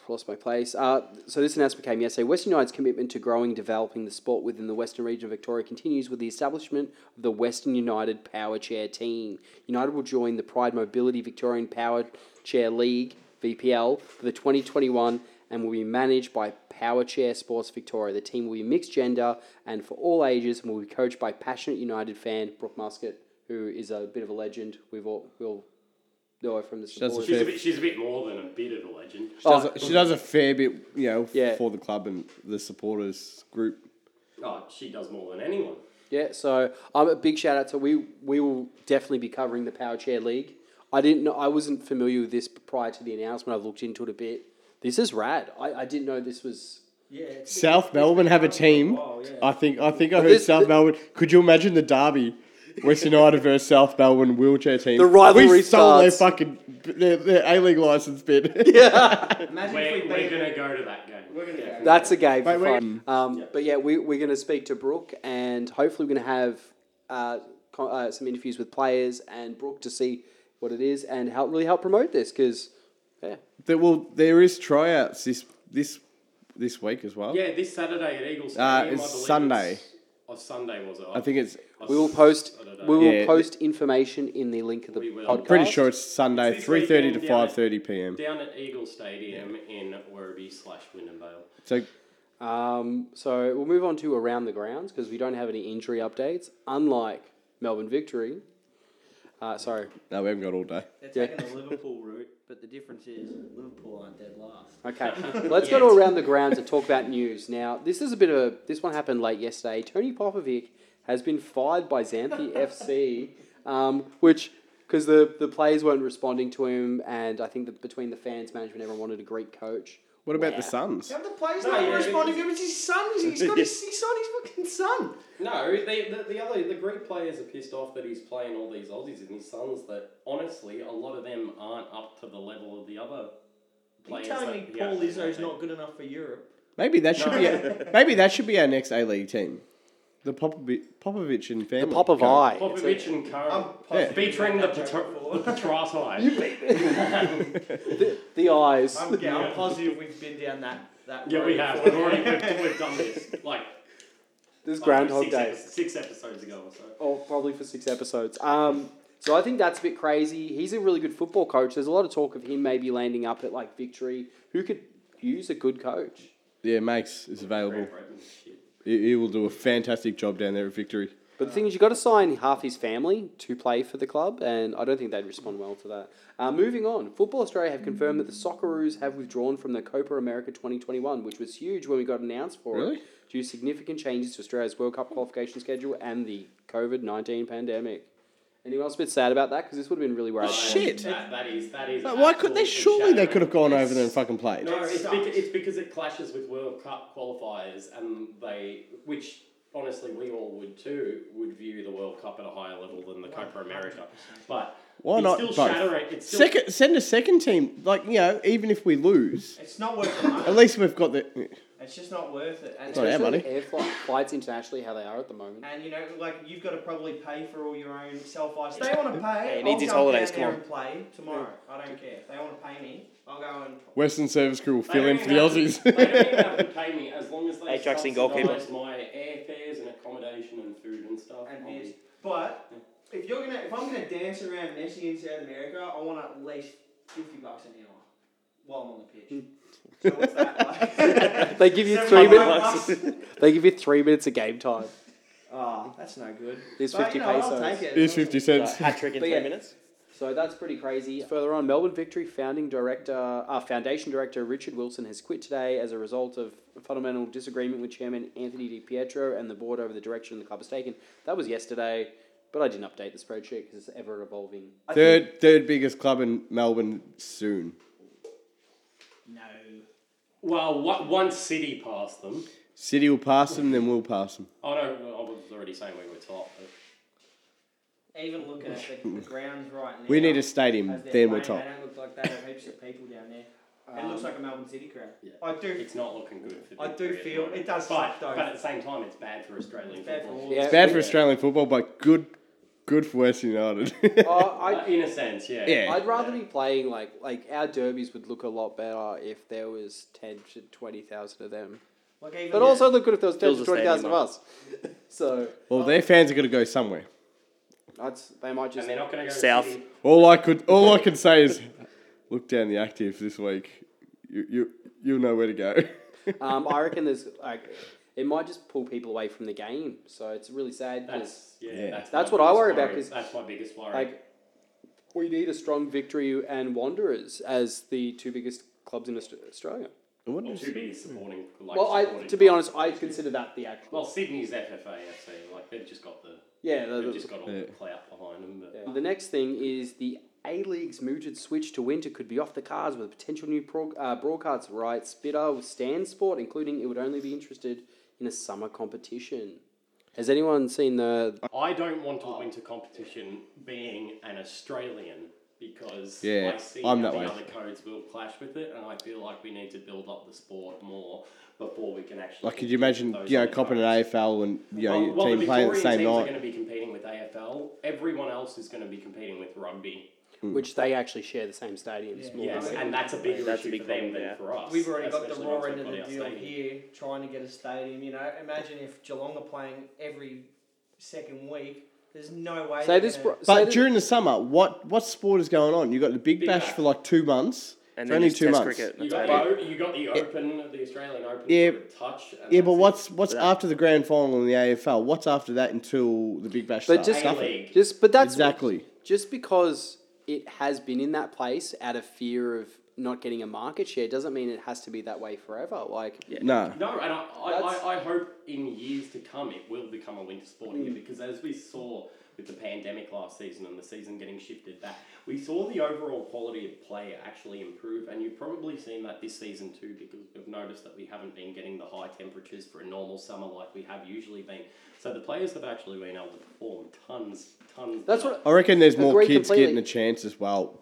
Speaker 3: Lost my place. Uh, so this announcement came yesterday. West United's commitment to growing, developing the sport within the Western region of Victoria continues with the establishment of the Western United Power Chair team. United will join the Pride Mobility Victorian Power Chair League (VPL) for the 2021 and will be managed by Power Chair Sports Victoria. The team will be mixed gender and for all ages, and will be coached by passionate United fan Brooke Musket, who is a bit of a legend. We've all we all know her from the
Speaker 6: does a
Speaker 3: supporters.
Speaker 5: She's a, bit, she's a bit more than a bit of a legend.
Speaker 6: She does, a, she does a fair bit, you know,
Speaker 3: Yeah.
Speaker 6: for the club and the supporters group.
Speaker 5: Oh, she does more than anyone.
Speaker 3: Yeah, so um, a big shout out to we we will definitely be covering the Power Chair League. I didn't know I wasn't familiar with this prior to the announcement. I've looked into it a bit. This is rad. I, I didn't know this was
Speaker 4: Yeah, it's-
Speaker 6: South Melbourne have a team.
Speaker 4: Oh, yeah.
Speaker 6: I think. I think I heard
Speaker 3: this-
Speaker 6: South
Speaker 3: th-
Speaker 6: Melbourne. Could you imagine the derby? West United versus South Melbourne wheelchair team.
Speaker 3: The rivalry
Speaker 6: We stole
Speaker 3: starts.
Speaker 6: their fucking their, their A League license bid.
Speaker 4: Imagine
Speaker 5: We're,
Speaker 4: if we
Speaker 5: we're
Speaker 4: beat
Speaker 5: going to go to that game.
Speaker 4: We're gonna go.
Speaker 3: that's a game for
Speaker 6: Mate, we-
Speaker 3: fun. Um, But yeah, we we're going to speak to Brooke and hopefully we're going to have uh, co- uh, some interviews with players and Brooke to see what it is and help really help promote this because yeah,
Speaker 6: There, well, there is tryouts this this this week as well.
Speaker 5: Yeah, this Saturday at Eagles.
Speaker 6: Uh,
Speaker 5: Stadium, I
Speaker 6: it's
Speaker 5: believe
Speaker 6: Sunday.
Speaker 5: it's- Oh, Sunday was it? Oh,
Speaker 6: I think it's.
Speaker 3: we will post we will
Speaker 6: Yeah.
Speaker 3: post information in the link of the
Speaker 5: We will.
Speaker 3: podcast.
Speaker 6: Pretty sure it's Sunday,
Speaker 5: It's this
Speaker 6: three thirty to
Speaker 5: weekend, yeah.
Speaker 6: five thirty p.m.
Speaker 5: down at Eagles Stadium in Werribee slash Wyndham Vale.
Speaker 6: So
Speaker 3: Um, so we'll move on to around the grounds because we don't have any injury updates, unlike Melbourne Victory. Uh, sorry.
Speaker 6: no, we haven't got all day.
Speaker 4: They're taking the Liverpool route, but the difference is Liverpool aren't dead last.
Speaker 3: Okay. Let's go to around the grounds and talk about news. Now, this is a bit of a, this one happened late yesterday. Tony Popovic has been fired by Xanthi FC, um, which because the the players weren't responding to him, and I think that between the fans, management, everyone wanted a Greek coach.
Speaker 6: What about
Speaker 3: Wow.
Speaker 6: the Suns?
Speaker 4: Some of the players
Speaker 5: No,
Speaker 4: not
Speaker 5: yeah,
Speaker 4: responding to him. It's his son. He's got his, he's on his fucking son.
Speaker 5: No, the, the, the other the Greek players are pissed off that he's playing all these Aussies and his sons. That honestly, a lot of them aren't up to the level of the other
Speaker 4: You're
Speaker 5: players.
Speaker 4: telling me
Speaker 5: that he
Speaker 4: Paul
Speaker 5: actually
Speaker 4: Izzo's
Speaker 5: played.
Speaker 4: not good enough for Europe?
Speaker 6: Maybe that should be. Our, maybe that should be our next A League team. The Popovic, Popovic and family.
Speaker 3: Popovai.
Speaker 5: Popovich and Curran
Speaker 6: Yeah.
Speaker 5: featuring the Petrati.
Speaker 3: The eyes.
Speaker 4: I'm, yeah, I'm positive we've been down that that.
Speaker 5: Yeah,
Speaker 4: road
Speaker 5: we have.
Speaker 4: before.
Speaker 5: We've already we've, we've done this like
Speaker 3: This is
Speaker 5: I don't know,
Speaker 3: Groundhog
Speaker 5: six
Speaker 3: Day.
Speaker 5: epi- six episodes ago or so.
Speaker 3: Oh, probably for six episodes. Um, so I think that's a bit crazy. He's a really good football coach. There's a lot of talk of him maybe landing up at like Victory. Who could use a good coach?
Speaker 6: Yeah, Max is available.
Speaker 5: Brad Brayton, shit.
Speaker 6: He, he will do a fantastic job down there at Victory.
Speaker 3: But the thing is, you've got to sign half his family to play for the club, and I don't think they'd respond well to that. Uh, moving on, Football Australia have confirmed that the Socceroos have withdrawn from the Copa America 2021, which was huge when we got announced for
Speaker 6: Really?
Speaker 3: it, due to significant changes to Australia's World Cup qualification schedule and the COVID 19 pandemic. Anyone else a bit sad about that? Because this would have been really where I
Speaker 6: Oh, Shit.
Speaker 5: That, that is that is.
Speaker 6: But why could they?
Speaker 5: absolutely
Speaker 6: Surely they
Speaker 5: shattering.
Speaker 6: could have gone over there and fucking played.
Speaker 5: No, it's,
Speaker 4: sucks.
Speaker 5: beca- it's because it clashes with World Cup qualifiers, and they, which honestly we all would too, would view the World Cup at a higher level than the Copa America. But
Speaker 6: Why
Speaker 5: it's
Speaker 6: not
Speaker 5: Still
Speaker 6: both?
Speaker 5: shattering. It's still
Speaker 6: Second, send a second team. Like you know, even if we lose,
Speaker 4: It's not worth the
Speaker 6: at
Speaker 4: money.
Speaker 6: least we've got the.
Speaker 4: It's just not worth it. And,
Speaker 6: Sorry, Yeah, buddy.
Speaker 3: Air flight, flights internationally, how they are at the moment.
Speaker 4: and you know, like you've got to probably pay for all your own self ice. They want to pay.
Speaker 7: he
Speaker 4: I'll
Speaker 7: needs his
Speaker 4: jump
Speaker 7: holidays,
Speaker 4: down
Speaker 7: come
Speaker 4: there
Speaker 7: on.
Speaker 4: and play tomorrow. I don't care. If they want to pay me, I'll go and.
Speaker 6: Western Service Crew will
Speaker 5: they
Speaker 6: fill
Speaker 5: don't
Speaker 6: in for the
Speaker 5: even have to- they
Speaker 6: Aussies.
Speaker 5: don't even have to pay me as long as they
Speaker 7: Ajax and
Speaker 5: subsidise
Speaker 7: goalkeeper.
Speaker 5: my airfares and accommodation and food and stuff.
Speaker 4: and
Speaker 5: I'll be-
Speaker 4: beers. But if you're gonna, if I'm gonna dance around Messi in South America, I want at least fifty bucks an hour while I'm on the pitch. so what's that like?
Speaker 3: They give you
Speaker 4: Seven
Speaker 3: three
Speaker 4: hundred
Speaker 3: minutes.
Speaker 4: bucks.
Speaker 3: they give you three minutes of game time.
Speaker 4: Oh, that's no good.
Speaker 3: It's
Speaker 4: But,
Speaker 3: 50
Speaker 4: you know, I'll
Speaker 3: pesos.
Speaker 4: take it.
Speaker 6: Here's fifty
Speaker 7: Uh,
Speaker 6: cents.
Speaker 7: hat trick in
Speaker 3: But
Speaker 7: three
Speaker 3: yeah.
Speaker 7: minutes.
Speaker 3: So that's pretty crazy. Further on, Melbourne Victory founding director, uh, foundation director Richard Wilson has quit today as a result of a fundamental disagreement with chairman Anthony Di Pietro and the board over the direction the club has taken. That was yesterday, but I didn't update the spreadsheet because it's ever evolving.
Speaker 6: Third, third biggest club in Melbourne soon.
Speaker 4: No.
Speaker 5: Well, what, once City passed them,
Speaker 6: City will pass them, then we'll pass them.
Speaker 5: Oh no, I was already saying we were top. But
Speaker 4: Even looking at the, the grounds right now.
Speaker 6: We need a stadium,
Speaker 4: as they're
Speaker 6: then we're
Speaker 4: playing,
Speaker 6: top.
Speaker 4: They don't look like they have heaps of people down there. it looks like a Melbourne City crowd.
Speaker 5: Yeah.
Speaker 4: I do.
Speaker 5: it's not looking good for.
Speaker 4: I do
Speaker 5: Victory at the
Speaker 4: feel-
Speaker 5: moment.
Speaker 4: it does
Speaker 5: but,
Speaker 4: suck, though.
Speaker 5: But at the same time, it's bad for Australian
Speaker 4: Bad for
Speaker 5: football.
Speaker 4: all.
Speaker 3: Yeah.
Speaker 6: Bad for Australian football, but good, good for West United.
Speaker 3: Uh, I,
Speaker 5: Uh, in a sense, yeah.
Speaker 6: Yeah.
Speaker 3: I'd rather be playing like like our derbies would look a lot better if there was ten to twenty thousand of them.
Speaker 4: Like even
Speaker 3: But
Speaker 4: the-
Speaker 3: also look good if there was ten
Speaker 7: Fills
Speaker 3: to
Speaker 7: the
Speaker 3: twenty thousand of
Speaker 7: stadium
Speaker 3: us. so
Speaker 6: well, their fans are going to go somewhere.
Speaker 3: that's, they might just
Speaker 5: And they're not going to go
Speaker 7: South.
Speaker 5: City.
Speaker 6: All I could, all I can say is, look down the active this week. You, you, you'll know where to go.
Speaker 3: um, I reckon there's like it might just pull people away from the game. So it's really sad because
Speaker 5: That's yeah.
Speaker 6: Yeah.
Speaker 5: That's,
Speaker 3: That's
Speaker 5: my
Speaker 3: what I
Speaker 5: biggest
Speaker 3: worry about,
Speaker 5: worry.
Speaker 3: 'cause,
Speaker 5: that's my biggest worry.
Speaker 3: like we need a strong victory and Wanderers as the two biggest clubs in Aust- Australia.
Speaker 5: Or two biggest supporting. Like,
Speaker 3: Well, I
Speaker 5: supporting
Speaker 3: to be
Speaker 5: clubs.
Speaker 3: honest, I consider that the actual
Speaker 5: Well, Sydney's FFAFC, like they've just got the
Speaker 3: yeah. The,
Speaker 5: they've
Speaker 3: the-
Speaker 5: just got all the clout behind them. But
Speaker 3: Yeah. The next thing is the A League's mooted switch to winter could be off the cards with potential new pro- uh, broadcast rights bidder with Stan Sport, including it would only be interested in a summer competition. Has anyone seen the?
Speaker 5: I don't want a winter competition being an Australian because
Speaker 6: Yeah,
Speaker 5: I see
Speaker 6: I'm
Speaker 5: how
Speaker 6: that
Speaker 5: the
Speaker 6: way.
Speaker 5: other codes will clash with it, and I feel like we need to build up the sport more before we can actually.
Speaker 6: Like, could you imagine,
Speaker 5: those
Speaker 6: you know,
Speaker 5: other
Speaker 6: copping an
Speaker 5: codes.
Speaker 6: AFL and you know
Speaker 5: Well,
Speaker 6: your
Speaker 5: well,
Speaker 6: team
Speaker 5: the
Speaker 6: playing the
Speaker 5: Victorian
Speaker 6: same
Speaker 5: teams are
Speaker 6: night?
Speaker 5: going to be competing with AFL. Everyone else is going to be competing with rugby.
Speaker 6: Um,
Speaker 3: Which they actually share the same stadiums. more
Speaker 5: Yes,
Speaker 3: than-
Speaker 5: and that's a bigger
Speaker 7: That's a
Speaker 5: issue
Speaker 7: big
Speaker 5: for them
Speaker 7: problem,
Speaker 5: than
Speaker 7: yeah.
Speaker 5: for us.
Speaker 4: We've already got the
Speaker 5: especially
Speaker 4: raw
Speaker 5: once we've
Speaker 4: end of
Speaker 5: got
Speaker 4: the
Speaker 5: our
Speaker 4: deal
Speaker 5: stadium.
Speaker 4: here, trying to get a stadium. You know, imagine if Geelong are playing every second week. There's no way.
Speaker 3: Say
Speaker 4: they're
Speaker 3: this,
Speaker 4: gonna-
Speaker 3: bro- say
Speaker 6: But
Speaker 3: this-
Speaker 6: during the summer, what what sport is going on? You got the Big,
Speaker 5: Big
Speaker 6: Bash,
Speaker 5: Bash.
Speaker 6: for like two months.
Speaker 7: And
Speaker 6: And
Speaker 7: then
Speaker 6: only
Speaker 7: it's
Speaker 6: two
Speaker 7: Test
Speaker 6: months.
Speaker 7: cricket.
Speaker 5: You
Speaker 7: That's
Speaker 5: got,
Speaker 7: about
Speaker 5: the,
Speaker 7: it.
Speaker 5: O- you got the Open, the Australian Open.
Speaker 6: Yeah.
Speaker 5: for touch. and
Speaker 6: Yeah, but
Speaker 5: that's
Speaker 6: what's what's after the grand final in the AFL? What's after that until the Big Bash
Speaker 3: But
Speaker 6: starts?
Speaker 3: just,
Speaker 5: A League.
Speaker 3: just, but that's
Speaker 6: Exactly.
Speaker 3: Just because it has been in that place out of fear of not getting a market share doesn't mean it has to be that way forever. Like,
Speaker 6: no.
Speaker 5: No, and I, I,
Speaker 3: That's-
Speaker 5: I, I hope in years to come it will become a winter sport
Speaker 3: Mm.
Speaker 5: again because as we saw with the pandemic last season and the season getting shifted back, we saw the overall quality of play actually improve, and you've probably seen that this season too because we've noticed that we haven't been getting the high temperatures for a normal summer like we have usually been. So the players have actually been able to perform tons, tons.
Speaker 3: That's
Speaker 5: better.
Speaker 3: what
Speaker 6: I reckon there's more
Speaker 3: Agree
Speaker 6: kids
Speaker 3: completely.
Speaker 6: getting a chance as well.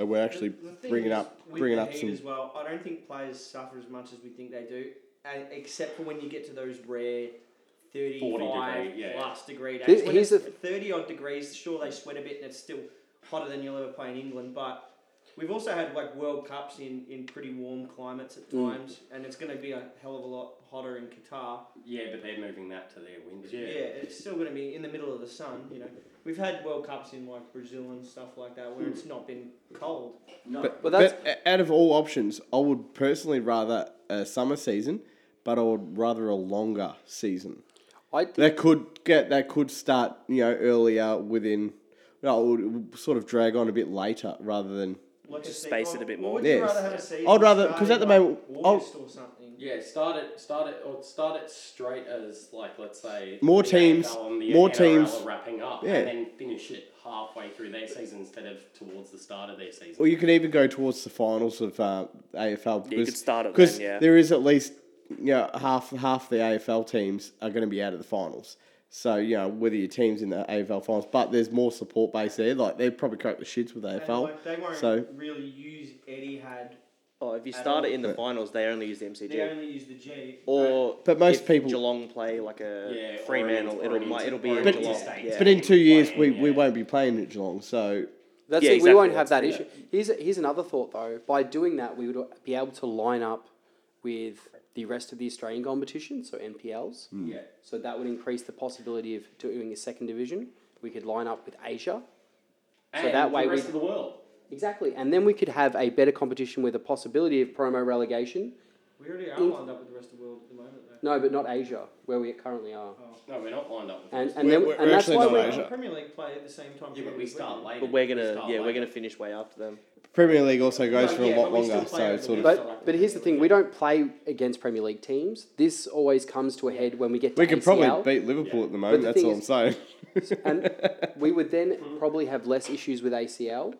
Speaker 6: And we're actually
Speaker 4: The thing
Speaker 6: bringing
Speaker 4: is,
Speaker 6: up
Speaker 4: with
Speaker 6: bringing
Speaker 4: the
Speaker 6: up
Speaker 4: heat
Speaker 6: some.
Speaker 4: as well. I don't think players suffer as much as we think they do, and except for when you get to those rare. 35
Speaker 5: degree, yeah.
Speaker 4: plus degree
Speaker 3: Th-
Speaker 4: days. When
Speaker 3: here's
Speaker 4: it's
Speaker 3: the-
Speaker 4: 30 odd degrees, sure they sweat a bit and it's still hotter than you'll ever play in England, but we've also had like World Cups in, in pretty warm climates at
Speaker 6: Mm.
Speaker 4: times, and it's going to be a hell of a lot hotter in Qatar.
Speaker 5: Yeah, but they're moving that to their winter.
Speaker 4: Yeah, it's still going to be in the middle of the sun, you know. We've had World Cups in like Brazil and stuff like that
Speaker 6: Mm.
Speaker 4: where it's not been cold.
Speaker 5: No.
Speaker 3: But that's
Speaker 6: But o- out of all options, I would personally rather a summer season, but I would rather a longer season.
Speaker 3: I think
Speaker 6: That could get that could start you know earlier within. No, it would- it would sort of drag on a bit later rather than.
Speaker 4: Like
Speaker 7: Just
Speaker 4: a se-
Speaker 7: space
Speaker 4: or-
Speaker 7: it a bit
Speaker 4: or
Speaker 7: more.
Speaker 4: Would you
Speaker 6: Yes.
Speaker 4: rather have
Speaker 6: Yeah.
Speaker 4: a season
Speaker 6: I'd rather- 'cause
Speaker 4: starting,
Speaker 6: at the
Speaker 4: like,
Speaker 6: moment- I'll-
Speaker 4: August or something.
Speaker 5: Yeah, start it, start it, or start it straight as like let's say
Speaker 6: More
Speaker 5: the
Speaker 6: teams,
Speaker 5: AFL and the
Speaker 6: more
Speaker 5: NRL
Speaker 6: teams.
Speaker 5: are wrapping up,
Speaker 6: Yeah.
Speaker 5: and then finish it halfway through their season instead of towards the start of their season.
Speaker 6: Or you could even go towards the finals of uh, AFL.
Speaker 7: you could start it
Speaker 6: because
Speaker 7: then, yeah.
Speaker 6: there is at least you know, half half the AFL teams are going to be out of the finals. So you know whether your team's in the AFL finals, but there's more support base there. Like they probably crack the shits with
Speaker 4: And,
Speaker 6: AFL.
Speaker 4: like, they won't
Speaker 6: so
Speaker 4: really use Etihad.
Speaker 7: Oh, if you
Speaker 4: At
Speaker 7: start
Speaker 4: all.
Speaker 7: it in the finals, they only use the
Speaker 4: They
Speaker 7: MCG.
Speaker 4: only use the G.
Speaker 7: Or
Speaker 6: But most
Speaker 7: if
Speaker 6: people-
Speaker 7: Geelong play like a
Speaker 5: Yeah, or
Speaker 7: Fremantle.
Speaker 5: an- or
Speaker 7: it'll
Speaker 5: an
Speaker 7: might,
Speaker 5: inter-
Speaker 7: it'll be
Speaker 5: or
Speaker 7: in
Speaker 5: an
Speaker 7: Geelong.
Speaker 5: interstate.
Speaker 7: Yeah.
Speaker 6: but in two years we,
Speaker 5: Playing,
Speaker 6: we
Speaker 5: yeah.
Speaker 6: won't be playing at Geelong. So
Speaker 3: That's
Speaker 7: Yeah,
Speaker 3: it. We won't
Speaker 7: exactly.
Speaker 3: have that
Speaker 7: That's-
Speaker 3: issue. Here's here's another thought though. By doing that, we would be able to line up with the rest of the Australian competition, so NPLs.
Speaker 5: yeah,
Speaker 3: So that would increase the possibility of doing a second division. We could line up with Asia.
Speaker 5: and
Speaker 3: that way
Speaker 5: the rest
Speaker 3: we-
Speaker 5: of the world.
Speaker 3: Exactly, and then we could have a better competition with a possibility of promo relegation.
Speaker 4: We already are lined up with the rest of the world at the moment, though.
Speaker 3: No, but not Asia, where we currently are.
Speaker 5: No, we're not lined up. With
Speaker 3: And
Speaker 5: this.
Speaker 3: and
Speaker 6: We're-
Speaker 3: then
Speaker 6: we're
Speaker 3: and that's
Speaker 6: actually
Speaker 3: why
Speaker 6: not
Speaker 3: Oh. we
Speaker 6: Asia.
Speaker 4: Premier League play at the same time.
Speaker 5: yeah, but
Speaker 4: period
Speaker 5: we
Speaker 4: as
Speaker 5: start
Speaker 4: do.
Speaker 5: later.
Speaker 7: But we're
Speaker 5: We
Speaker 7: gonna
Speaker 5: start
Speaker 7: yeah we're
Speaker 5: later.
Speaker 7: gonna finish way after them.
Speaker 6: Premier League also goes
Speaker 4: No,
Speaker 6: for
Speaker 4: yeah,
Speaker 6: a lot
Speaker 4: but we still
Speaker 6: longer.
Speaker 4: play
Speaker 6: So it's sort of
Speaker 4: over the
Speaker 3: But but here's the thing: we don't play against Premier League teams. This always comes to a head when we get to
Speaker 6: we could
Speaker 3: ACL.
Speaker 6: probably beat Liverpool at the moment.
Speaker 3: the
Speaker 6: That's
Speaker 3: thing
Speaker 6: all I'm
Speaker 3: is-
Speaker 6: saying.
Speaker 3: and we would then probably have less issues with ACL.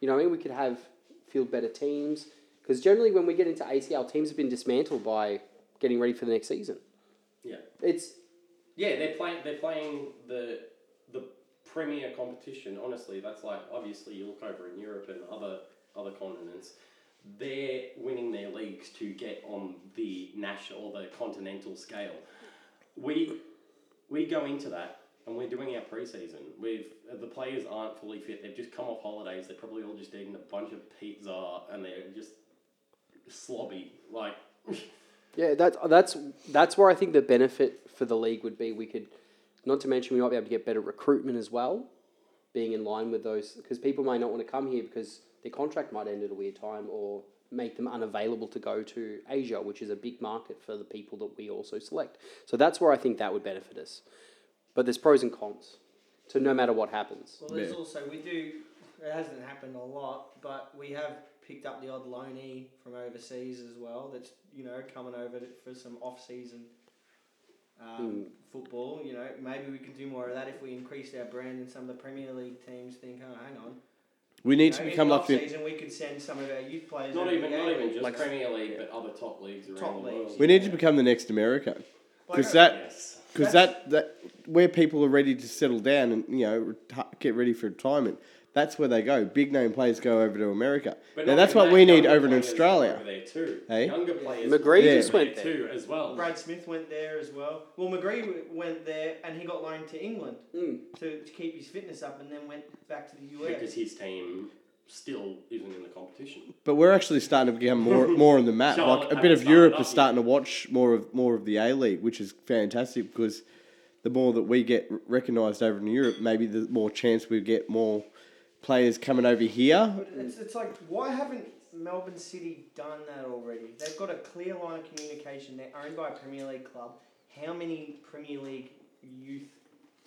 Speaker 3: You know what I mean? We could have field better teams because generally when we get into ACL, teams have been dismantled by getting ready for the next season.
Speaker 5: Yeah.
Speaker 3: It's
Speaker 5: Yeah, they're playing. They're playing the the premier competition. Honestly, that's like obviously you look over in Europe and other other continents. They're winning their leagues to get on the national or the continental scale. We we go into that and we're doing our preseason. We've the players aren't fully fit. They've just come off holidays. They're probably all just eating a bunch of pizza and they're just slobby. Like
Speaker 3: Yeah, that's that's that's where I think the benefit for the league would be. We could, not to mention, we might be able to get better recruitment as well, being in line with those because people may not want to come here because their contract might end at a weird time or make them unavailable to go to Asia, which is a big market for the people that we also select. So that's where I think that would benefit us. But there's pros and cons to no matter what happens.
Speaker 4: Well, there's
Speaker 6: Yeah.
Speaker 4: also we do. It hasn't happened a lot, but we have picked up the odd loanee from overseas as well. That's you know coming over to- for some off-season um,
Speaker 6: Hmm.
Speaker 4: football. You know, maybe we can do more of that if we increase our brand and some of the Premier League teams think, oh, hang on.
Speaker 6: We need
Speaker 4: You
Speaker 6: to
Speaker 4: know,
Speaker 6: become
Speaker 4: in the
Speaker 6: like the,
Speaker 4: off-season, we could send some of our youth players.
Speaker 5: not
Speaker 4: over
Speaker 5: even
Speaker 4: to the
Speaker 5: not
Speaker 4: A
Speaker 5: even
Speaker 4: League.
Speaker 5: just Premier League, but other top leagues around
Speaker 4: Top
Speaker 5: the world.
Speaker 4: leagues.
Speaker 6: we need to become the next America.
Speaker 4: Like,
Speaker 6: Because that
Speaker 5: Yes.
Speaker 6: because that, that where people are ready to settle down and you know reti- get ready for retirement, that's where they go. Big name players go over to America.
Speaker 5: But
Speaker 6: now
Speaker 5: not
Speaker 6: that's
Speaker 5: only
Speaker 6: what
Speaker 5: that,
Speaker 6: we need
Speaker 5: younger
Speaker 6: over in
Speaker 5: players go
Speaker 6: Australia.
Speaker 5: Over there too.
Speaker 6: Hey?
Speaker 5: Younger players.
Speaker 3: McGree
Speaker 5: go
Speaker 3: just
Speaker 5: over
Speaker 3: went
Speaker 5: there
Speaker 3: there.
Speaker 5: too as well.
Speaker 4: Brad Smith went there as well. Well, McGree w- went there and he got loaned to England
Speaker 6: Hmm.
Speaker 4: to, to keep his fitness up, and then went back to the US.
Speaker 5: Because his team still isn't in the competition.
Speaker 6: But we're actually starting to become more more on the map.
Speaker 5: Charlotte
Speaker 6: Like a bit
Speaker 5: haven't
Speaker 6: of Europe
Speaker 5: started
Speaker 6: is
Speaker 5: up
Speaker 6: starting to watch more of more of the A League, which is fantastic because the more that we get r- recognised over in Europe, maybe the more chance we get more players coming over here.
Speaker 4: It's, it's like, why haven't Melbourne City done that already? They've got a clear line of communication. They're owned by a Premier League club. How many Premier League youth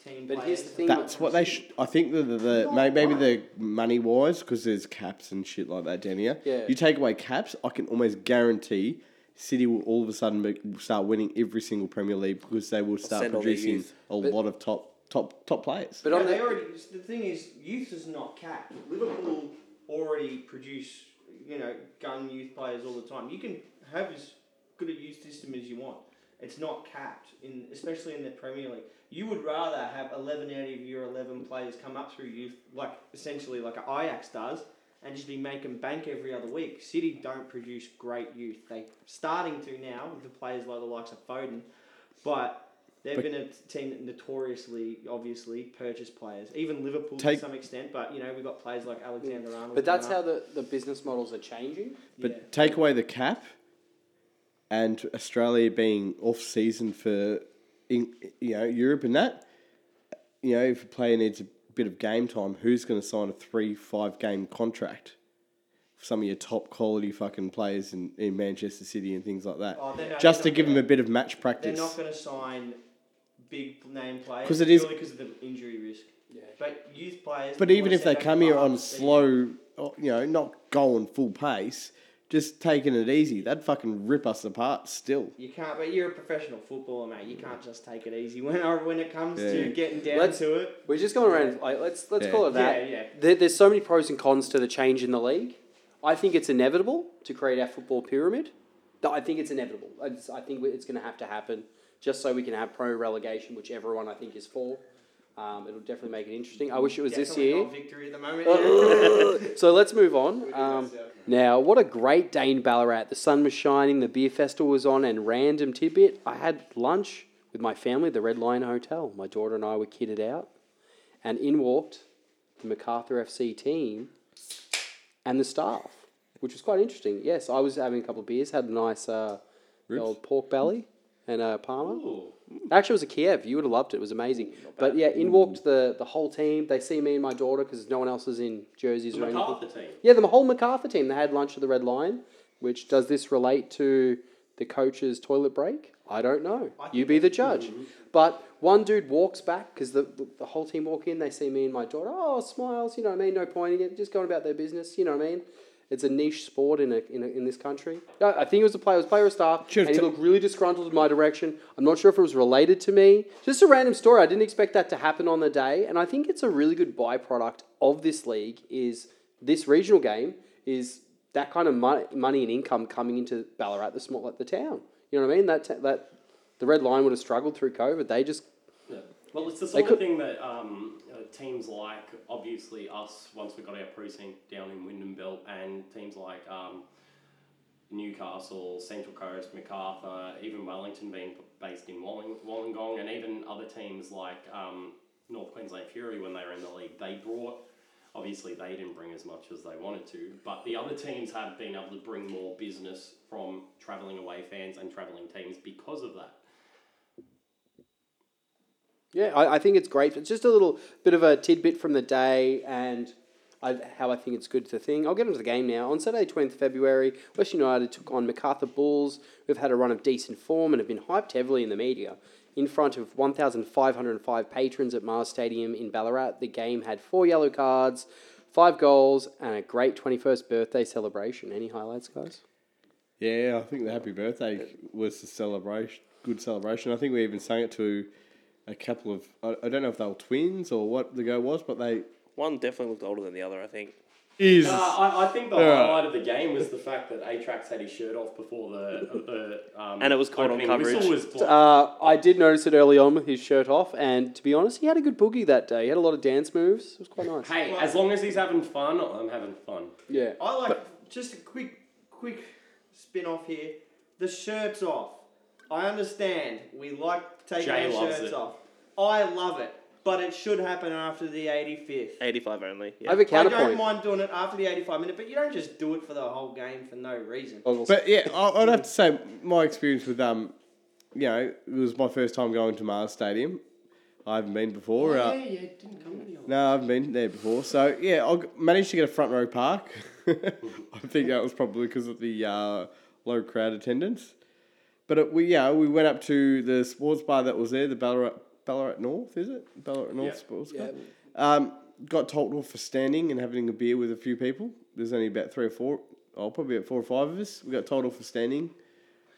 Speaker 4: team
Speaker 3: But
Speaker 4: players?
Speaker 3: here's the thing-
Speaker 6: That's what they should. I think the the, the may- maybe the money wise because there's caps and shit like that down here.
Speaker 3: Yeah.
Speaker 6: You take away caps, I can almost guarantee City will all of a sudden be, start winning every single Premier League because they will start
Speaker 7: Send all their
Speaker 6: producing
Speaker 7: youth.
Speaker 6: a lot of top top top players.
Speaker 3: But
Speaker 4: No,
Speaker 3: on
Speaker 4: they
Speaker 3: the,
Speaker 4: already, the thing is, youth is not capped. Liverpool already produce, you know, gun youth players all the time. You can have as good a youth system as you want. It's not capped, in especially in the Premier League. You would rather have 11 out of your 11 players come up through youth, like essentially like a Ajax does, and just be making bank every other week. City don't produce great youth. They starting to now with the players like the likes of Foden, but they've been a team that notoriously, obviously, purchase players. Even Liverpool
Speaker 6: Take-
Speaker 4: to some extent, but you know we've got players like Alexander Arnold.
Speaker 3: but that's how the, the business models are changing.
Speaker 6: But
Speaker 4: Yeah.
Speaker 6: take away the cap, and Australia being off season for, in, you know, Europe and that. You know, if a player needs a bit of game time, who's going to sign a three five game contract? Some of your top quality fucking players in, in Manchester City and things like that,
Speaker 4: Oh, they're not-
Speaker 6: just to
Speaker 4: they're not
Speaker 6: give them a
Speaker 4: gonna-
Speaker 6: bit of match
Speaker 4: They're
Speaker 6: practice.
Speaker 4: not going to sign big name players
Speaker 6: 'Cause it is-
Speaker 4: because of the injury risk. Yeah. But youth players.
Speaker 6: But
Speaker 4: the
Speaker 6: even
Speaker 4: boys
Speaker 6: if they
Speaker 4: don't
Speaker 6: come here on
Speaker 4: pass, they-
Speaker 6: slow, or, you know, not going full pace, just taking it easy, that'd fucking rip us apart still.
Speaker 4: You can't, but you're a professional footballer, mate. You can't just take it easy when when it comes
Speaker 6: Yeah.
Speaker 4: to getting down
Speaker 3: Let's-
Speaker 4: to it.
Speaker 3: We're just going around. Like, let's let's
Speaker 6: Yeah.
Speaker 3: call it that.
Speaker 4: Yeah, yeah.
Speaker 3: There, there's so many pros and cons to the change in the league. I think it's inevitable to create our football pyramid. No, I think it's inevitable. I, just- I think it's going to have to happen just so we can have pro relegation, which everyone I think is for. Um, it'll definitely make it interesting. I wish it was this
Speaker 4: Definitely
Speaker 3: year. Uh,
Speaker 4: not victory at the moment.
Speaker 3: So let's move on. Um, now, what a great day in Ballarat. The sun was shining, the beer festival was on, and random tidbit I had lunch with my family at the Red Lion Hotel. My daughter and I were kitted out, and in walked the MacArthur FC team and the staff, which was quite interesting. Yes, I was having a couple of beers, had a nice uh, old pork belly and a parma.
Speaker 5: Ooh.
Speaker 3: Actually, it was a Kiev. You would have loved it. It was amazing. But yeah, in walked the, the whole team. They see me and my daughter because no one else is in jerseys or anything.
Speaker 5: MacArthur team.
Speaker 3: Yeah, the whole MacArthur team. They had lunch at the Red Lion. Which does this relate to the coach's toilet break? I don't know. You be the judge. But one dude walks back because the, the the whole team walk in. They see me and my daughter. Oh, smiles. You know what I mean? No pointing it. Just going about their business. You know what I mean? It's a niche sport in a, in, a, in this country. No, I think it was a player, it was player or staff,
Speaker 6: Should've
Speaker 3: and he
Speaker 6: t-
Speaker 3: looked really disgruntled in my direction. I'm not sure if it was related to me. Just a random story. I didn't expect that to happen on the day, and I think it's a really good byproduct of this league is this regional game is that kind of money, money and income coming into Ballarat, the small like the town. You know what I mean? That, t- that The red line would have struggled through COVID. They just,
Speaker 5: Yeah. Well, it's the sort
Speaker 3: could-
Speaker 5: of thing that um, uh, teams like, obviously us, once we got our precinct down in Wyndham built, and teams like um, Newcastle, Central Coast, Macarthur, even Wellington being p- based in Walling- Wollongong, and even other teams like um, North Queensland Fury when they were in the league, they brought. Obviously, they didn't bring as much as they wanted to, but the other teams have been able to bring more business from travelling away fans and travelling teams because of that.
Speaker 3: yeah, I, I think it's great. It's just a little bit of a tidbit from the day and I, how I think it's good to thing. I'll get into the game now. On Saturday, 20th February, West United took on Macarthur Bulls, who've had a run of decent form and have been hyped heavily in the media. In front of 1,505 patrons at Mars Stadium in Ballarat, the game had four yellow cards, five goals, and a great 21st birthday celebration. Any highlights, guys?
Speaker 6: Yeah, I think the happy birthday was the celebration, good celebration. I think we even sang it to a couple of, I, I don't know if they were twins or what the go was, but they.
Speaker 7: One definitely looked older than the other, I think.
Speaker 6: is
Speaker 5: Uh, I, I think the
Speaker 6: Yeah.
Speaker 5: highlight of the game was the fact that Atrax had his shirt off before the, the um,
Speaker 7: And it was caught on
Speaker 5: opening
Speaker 7: coverage.
Speaker 5: whistle was blown.
Speaker 3: Uh, I did notice it early on with his shirt off, and to be honest, he had a good boogie that day. He had a lot of dance moves. It was quite nice.
Speaker 5: hey, as long as he's having fun, I'm having fun.
Speaker 3: Yeah.
Speaker 4: I like just a quick, quick spin off here. The shirts off. I understand we like taking
Speaker 5: Jay
Speaker 4: our
Speaker 5: loves
Speaker 4: shirts
Speaker 5: it.
Speaker 4: off. I love it, but it should happen after the 85th.
Speaker 7: 85 only.
Speaker 3: I
Speaker 7: Yeah.
Speaker 3: have a
Speaker 4: I
Speaker 3: counterpoint.
Speaker 4: don't mind doing it after the 85 minute, but you don't just do it for the whole game for no reason.
Speaker 5: Oh.
Speaker 6: But yeah, I- I'd have to say my experience with um, you know, it was my first time going to Mars Stadium. I haven't been before. uh,
Speaker 5: Oh, yeah, didn't come to the
Speaker 6: No, I haven't been there before. So yeah, I g- managed to get a front row park. I think that was probably because of the uh, low crowd attendance. But it, we yeah we went up to the sports bar that was there, the Ballarat Ballarat North is it Ballarat North
Speaker 5: Yeah.
Speaker 6: Sports Bar. Um, got told off for standing and having a beer with a few people. There's only about three or four. Oh, probably about four or five of us. We got told off for standing.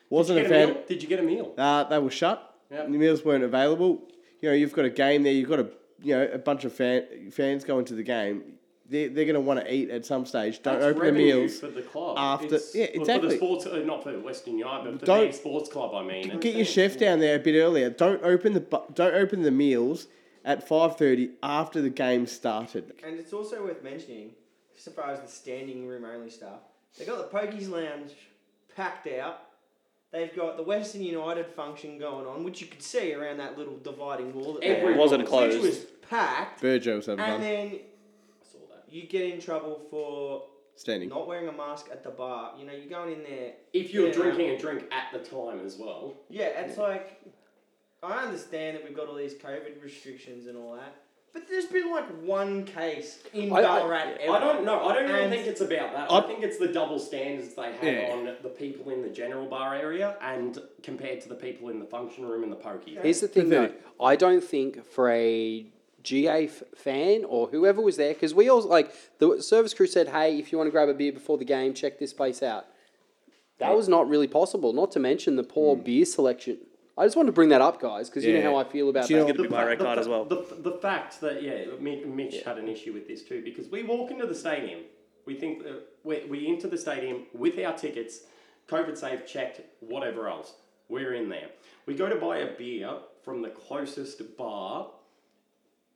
Speaker 6: Wasn't
Speaker 5: Did you
Speaker 6: a
Speaker 5: get a
Speaker 6: fan.
Speaker 5: meal? Did you get a meal?
Speaker 6: Uh, they were shut.
Speaker 5: Yep.
Speaker 6: The meals weren't available. You know, you've got a game there. You've got a you know a bunch of fan, fans going to the game. They're, they're going to want to eat at some stage. Don't
Speaker 5: That's
Speaker 6: Uh, open the
Speaker 5: revenue
Speaker 6: meals.
Speaker 5: for the club.
Speaker 6: after-
Speaker 5: It's-
Speaker 6: yeah,
Speaker 5: well, For
Speaker 6: exactly.
Speaker 5: the sports, uh, not for Western Yard, but for
Speaker 6: Don't-
Speaker 5: the sports club. I mean,
Speaker 6: Get your chef down there a bit earlier. Don't open the bu- don't open the meals at five thirty after the game started.
Speaker 4: And it's also worth mentioning, so far as the standing room only stuff, they've got the Pokies Lounge packed out. They've got the Western United function going on, which you could see around that little dividing wall. That they
Speaker 5: Everyone
Speaker 4: had.
Speaker 7: It wasn't
Speaker 4: Which
Speaker 7: closed.
Speaker 4: was packed.
Speaker 6: Virgil was having
Speaker 4: And
Speaker 6: fun.
Speaker 4: then
Speaker 5: I saw that.
Speaker 4: you get in trouble for
Speaker 6: Standing.
Speaker 4: not wearing a mask at the bar. You know, you're going in there.
Speaker 5: If you're
Speaker 4: Yeah.
Speaker 5: drinking a drink at the time as well,
Speaker 4: Yeah, it's like I understand that we've got all these COVID restrictions and all that, but there's been like one case in
Speaker 3: I- I-
Speaker 4: Ballarat. ever.
Speaker 5: I don't know. I don't even
Speaker 4: And-
Speaker 5: think it's about that. I,
Speaker 6: I-
Speaker 5: think it's the double standards they have
Speaker 6: Yeah.
Speaker 5: on the people in the general bar area and compared to the people in the function room and the pokey.
Speaker 3: Here's the thing, though. I don't think for a GA f- fan or whoever was there, because we all like the service crew said, "Hey, if you want to grab a beer before the game, check this place out." That was not really possible. Not to mention the poor beer selection. I just wanted to bring that up, guys, because you know
Speaker 6: Yeah.
Speaker 3: how I feel about
Speaker 6: Do you
Speaker 3: that.
Speaker 6: know-
Speaker 7: It'll be my red
Speaker 5: The
Speaker 7: card
Speaker 5: fa-
Speaker 7: as well.
Speaker 5: The, the fact that yeah, Mi- Mitch had an issue with this too because we walk into the stadium, we think that we we enter the stadium with our tickets, COVID safe checked, whatever else. We're in there. We go to buy a beer from the closest bar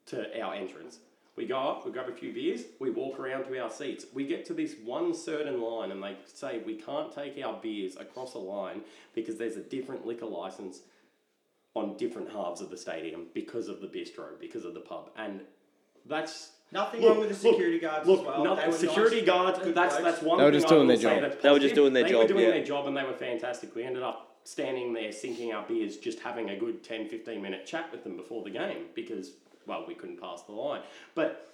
Speaker 5: to our entrance. We go up, we grab a few beers, we walk around to our seats. We get to this one certain line and they say we can't take our beers across a line because there's a different liquor license on different halves of the stadium because of the bistro, because of the pub, and that's
Speaker 4: Nothing wrong with the security guards
Speaker 5: Look,
Speaker 4: as well.
Speaker 5: nothing-
Speaker 4: They were
Speaker 5: security
Speaker 4: nice,
Speaker 5: guards.
Speaker 4: good
Speaker 5: That's
Speaker 4: blokes.
Speaker 5: that's one.
Speaker 6: They were
Speaker 5: thing
Speaker 6: just
Speaker 5: I
Speaker 6: doing
Speaker 5: will
Speaker 6: their
Speaker 5: say
Speaker 6: job.
Speaker 5: that's
Speaker 7: They were just
Speaker 5: positive.
Speaker 7: doing their
Speaker 5: They
Speaker 7: job,
Speaker 5: were doing
Speaker 7: yeah.
Speaker 5: their job, and they were fantastic. We ended up standing there, sinking our beers, just having a good 10, 15 minute chat with them before the game because well, we couldn't pass the line, but.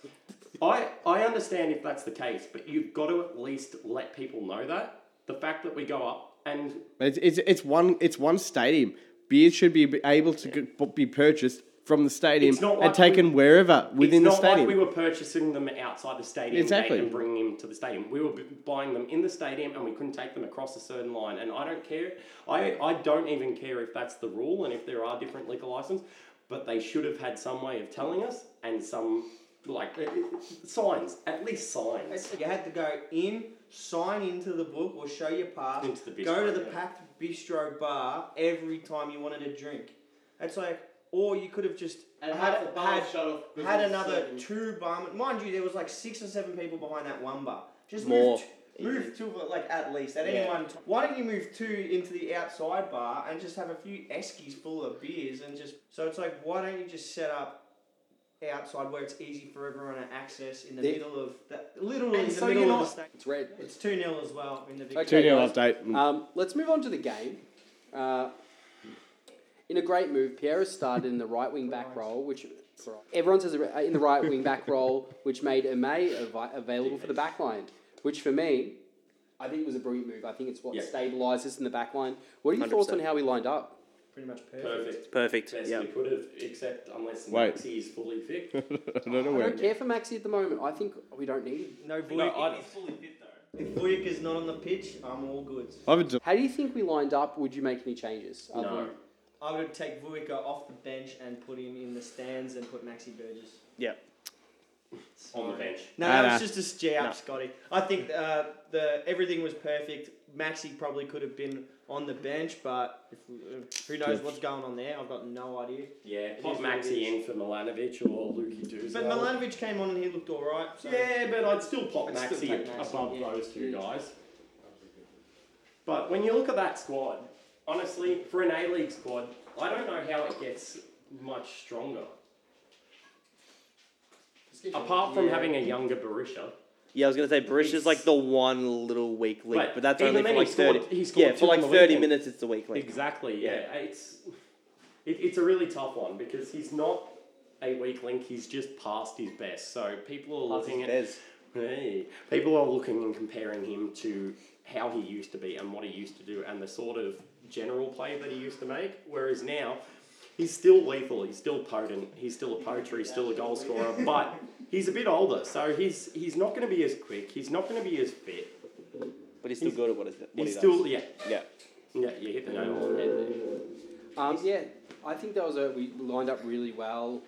Speaker 5: I, I understand if that's the case, but you've got to at least let people know that. The fact that we go up and
Speaker 6: It's, it's it's one it's one stadium. Beers should be able to g- b- be purchased from the stadium
Speaker 5: It's not
Speaker 6: and
Speaker 5: like
Speaker 6: taken
Speaker 5: we-
Speaker 6: wherever within
Speaker 5: it's
Speaker 6: the
Speaker 5: not like
Speaker 6: stadium.
Speaker 5: we were purchasing them outside the stadium
Speaker 6: Exactly.
Speaker 5: gate and bringing them to the stadium. We were b- buying them in the stadium and we couldn't take them across a certain line. And I don't care. I, I don't even care if that's the rule and if there are different liquor licenses, but they should have had some way of telling us and some Like it- it- signs, at least signs.
Speaker 4: You had to go in, sign into the book, or show your pass.
Speaker 5: Into the
Speaker 4: go to
Speaker 5: bistro,
Speaker 4: the
Speaker 5: yeah.
Speaker 4: packed bistro bar every time you wanted a drink. That's like, or you could have just
Speaker 8: And
Speaker 4: had
Speaker 8: half the bar was shut off because
Speaker 4: had
Speaker 8: of the
Speaker 4: another
Speaker 8: serving.
Speaker 4: two barman. Mind you, there was like six or seven people behind that one bar. Just
Speaker 7: More.
Speaker 4: move. T- move two, like at least at any
Speaker 8: Yeah.
Speaker 4: one time. Why don't you move two into the outside bar and just have a few eskies full of beers and just so it's like why don't you just set up outside where it's easy for everyone to access in the
Speaker 3: Yeah.
Speaker 4: middle of that literally
Speaker 3: And
Speaker 4: in the
Speaker 3: so
Speaker 4: middle
Speaker 3: you're
Speaker 4: of the
Speaker 3: not-
Speaker 4: stack.
Speaker 3: It's red.
Speaker 4: It's two 0 as well in the big
Speaker 3: Okay.
Speaker 6: 2 0
Speaker 5: Uh,
Speaker 6: update.
Speaker 3: Um, let's move on to the game. Uh, in a great move, Pierre started in the right wing back role, which everyone says uh, in the right wing back role, which made Ame avi- available for the back line, which for me, I think was a brilliant move. I think it's what
Speaker 5: Yeah.
Speaker 3: stabilises in the back line. What are your thoughts on
Speaker 7: 100%.
Speaker 3: how we lined up?
Speaker 4: pretty much perfect.
Speaker 5: Perfect.
Speaker 7: Perfect.
Speaker 5: Best
Speaker 7: Yeah.
Speaker 5: we could have, except unless
Speaker 6: Wait.
Speaker 5: Maxi is fully fit.
Speaker 6: I don't know
Speaker 3: I
Speaker 6: where.
Speaker 3: don't care for Maxi at the moment. I think we don't need him.
Speaker 4: No
Speaker 5: no,
Speaker 4: Vujik.
Speaker 5: I,
Speaker 4: if Vujik is not on the pitch, I'm all good.
Speaker 6: I haven't done-
Speaker 3: How do you think we lined up? Would you make any changes? other
Speaker 5: no.
Speaker 3: than-
Speaker 4: I would take Vujik off the bench and put him in the stands and put Maxi Burgess.
Speaker 7: Yeah.
Speaker 5: On the bench.
Speaker 4: No,
Speaker 6: Nah,
Speaker 4: that
Speaker 6: nah.
Speaker 4: was just a jab, Scotty. I think uh, the everything was perfect. Maxi probably could have been on the bench, but if, uh, who knows what's going on there? I've got no idea.
Speaker 5: Yeah,
Speaker 4: It
Speaker 5: put
Speaker 4: is what it
Speaker 5: Maxi in
Speaker 4: is.
Speaker 5: for Milanovic or Luki Duzel.
Speaker 4: But Milanovic came on and he looked all right. So
Speaker 5: Yeah, but I'd still pop
Speaker 4: I'd
Speaker 5: Maxi
Speaker 4: still take Maxi,
Speaker 5: above
Speaker 4: yeah.
Speaker 5: those two guys. But when you look at that squad, honestly, for an A League squad, I don't know how it gets much stronger. Apart from having a younger Barisha.
Speaker 7: Yeah, I was gonna say Barisha's like the one little weak link,
Speaker 5: But
Speaker 7: but, that's
Speaker 5: even
Speaker 7: only for
Speaker 5: then he
Speaker 7: like
Speaker 5: scored-
Speaker 7: thirty.
Speaker 5: he scored
Speaker 7: yeah,
Speaker 5: two
Speaker 7: for
Speaker 5: on
Speaker 7: like
Speaker 5: the
Speaker 7: thirty
Speaker 5: weekend.
Speaker 7: minutes, it's the weak link.
Speaker 5: Exactly, yeah. It's it, it's a really tough one because he's not a weak link, he's just past his best. So people are looking at
Speaker 7: Bez.
Speaker 5: Hey, people are looking and comparing him to how he used to be and what he used to do and the sort of general play that he used to make. Whereas now, he's still lethal, he's still potent, he's still a poacher, he's still a goal scorer, but he's a bit older, so he's he's not going to be as quick, he's not going to be as fit.
Speaker 7: But he's still good at what, is, what he
Speaker 5: He's
Speaker 7: does.
Speaker 5: still yeah
Speaker 7: yeah.
Speaker 5: yeah you hit the nail on the head. there.
Speaker 3: Um, yeah, I think that was a we lined up really well.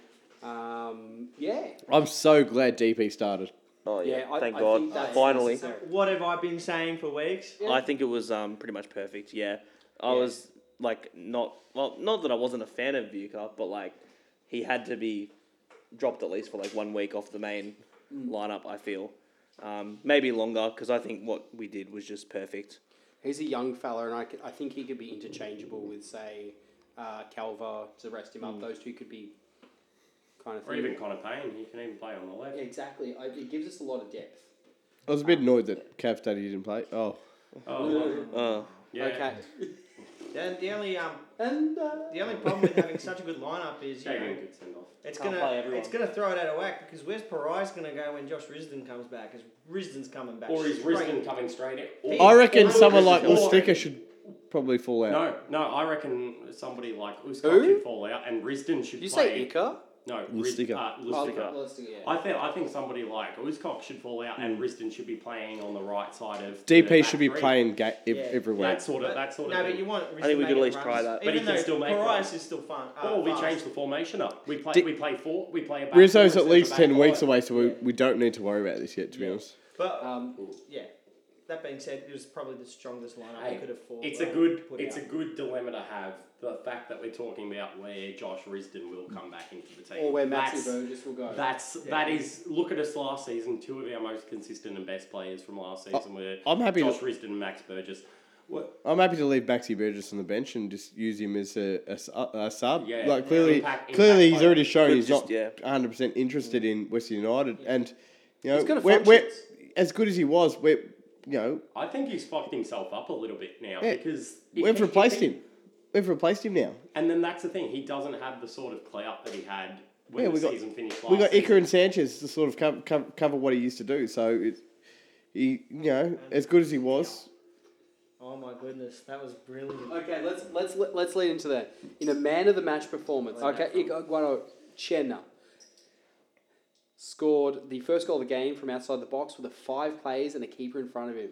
Speaker 3: Um, yeah,
Speaker 6: I'm so glad DP started.
Speaker 7: Oh yeah.
Speaker 3: Yeah, I-
Speaker 7: Thank
Speaker 3: I
Speaker 7: God.
Speaker 3: think that's
Speaker 7: Finally.
Speaker 3: necessary.
Speaker 4: what have I been saying for weeks?
Speaker 7: I think it was um, pretty much perfect. Yeah, I was like not well, not that I wasn't a fan of Vuka, but like he had to be dropped at least for like one week off the main
Speaker 5: Hmm.
Speaker 7: lineup. I feel um, maybe longer because I think what we did was just perfect.
Speaker 3: He's a young fella, and I, c- I think he could be interchangeable with, say, uh, Calva to rest him
Speaker 7: Mm.
Speaker 3: up. Those two could be kind of
Speaker 5: Or
Speaker 3: thing.
Speaker 5: even Connor Payne, he can even play on the left.
Speaker 3: Yeah, exactly. I, it gives us a lot of depth.
Speaker 6: I was a bit annoyed that Cav Daddy didn't play. Oh,
Speaker 5: Oh,
Speaker 7: Uh,
Speaker 5: yeah.
Speaker 3: Okay.
Speaker 4: The, the only um,
Speaker 3: And uh,
Speaker 4: the only problem with having such a good lineup is you
Speaker 5: Gave him
Speaker 4: know,
Speaker 5: a good send off.
Speaker 4: it's
Speaker 7: Can't
Speaker 4: gonna
Speaker 7: play everyone.
Speaker 4: it's gonna throw it out of whack because where's Pariah's gonna go when Josh Risden comes back? Because Risden's coming back.
Speaker 5: Or is
Speaker 4: straight.
Speaker 5: Risdon coming straight at? or-
Speaker 6: I reckon
Speaker 5: or
Speaker 6: someone like
Speaker 5: Risdon-
Speaker 6: Ulstica should probably fall out.
Speaker 5: No, no, I reckon somebody like Uskok
Speaker 3: Who?
Speaker 5: should fall out and Risdon should
Speaker 3: did you
Speaker 5: play.
Speaker 3: say Ica?
Speaker 5: No,
Speaker 6: Lustica.
Speaker 5: Lustica. Uh, Lustica.
Speaker 3: Oh, Lustica, yeah.
Speaker 5: I think I think somebody like Uskok should fall out and Risdon should be playing on the right side of the
Speaker 6: DP
Speaker 5: back
Speaker 6: Hmm. should be
Speaker 5: three.
Speaker 6: playing ga- ev-
Speaker 4: Yeah.
Speaker 6: every week.
Speaker 5: that sort of
Speaker 4: But-
Speaker 5: that sort
Speaker 4: no,
Speaker 5: of
Speaker 4: but
Speaker 5: thing.
Speaker 4: you want.
Speaker 7: think we could at least try that.
Speaker 5: But he can still make
Speaker 4: Pariah's
Speaker 5: runs.
Speaker 4: is still fun. Uh,
Speaker 5: or we
Speaker 4: fast.
Speaker 5: change the formation up. We play
Speaker 6: Di-
Speaker 5: we play four we play a back four
Speaker 6: Rizzo's
Speaker 5: instead
Speaker 6: at
Speaker 5: of
Speaker 6: least
Speaker 5: a back
Speaker 6: 10 weeks
Speaker 5: five.
Speaker 6: away, so we, we don't need to worry about this yet, to be honest.
Speaker 4: But
Speaker 3: Um,
Speaker 4: yeah, that being said, it was probably the strongest lineup
Speaker 5: Hey,
Speaker 4: we could afford.
Speaker 5: It's a good it's a good dilemma to have. The fact that we're talking about where Josh Risdon will come back into the team.
Speaker 3: or where Maxi
Speaker 5: That's-
Speaker 3: Burgess will go.
Speaker 5: That's that is look at us last season. Two of our most consistent and best players from last season were
Speaker 6: I'm happy to-
Speaker 5: Josh Risdon and Max Burgess. What
Speaker 6: I'm happy to leave Baxi Burgess on the bench and just use him as a, a su- a sub.
Speaker 5: Yeah.
Speaker 6: Like clearly,
Speaker 5: Impact-
Speaker 6: clearly
Speaker 5: impact
Speaker 6: he's already
Speaker 5: player.
Speaker 6: shown
Speaker 7: Could
Speaker 6: he's
Speaker 7: just-
Speaker 6: not
Speaker 7: yeah.
Speaker 6: 100 percent interested in West United, and you know,
Speaker 3: He's got a
Speaker 6: we're, we're,
Speaker 3: functions.
Speaker 6: as good as he was, we're you know
Speaker 5: I think he's fucked himself up a little bit now
Speaker 6: Yeah.
Speaker 5: because
Speaker 6: we've
Speaker 5: he-
Speaker 6: replaced
Speaker 5: he-
Speaker 6: him. We've replaced him now.
Speaker 5: And then that's the thing; he doesn't have the sort of clout that he had when
Speaker 6: Yeah,
Speaker 5: the
Speaker 6: we got-
Speaker 5: season finished. Last
Speaker 6: We got Iker
Speaker 5: season.
Speaker 6: and Sanchez to sort of cover, cover, cover what he used to do. So it, he you know as good as he was,
Speaker 4: Oh my goodness, that was brilliant.
Speaker 3: Okay, let's let's let's lead into that. In a man of the match performance, okay, Iguano Chenna scored the first goal of the game from outside the box with a five players and a keeper in front of him.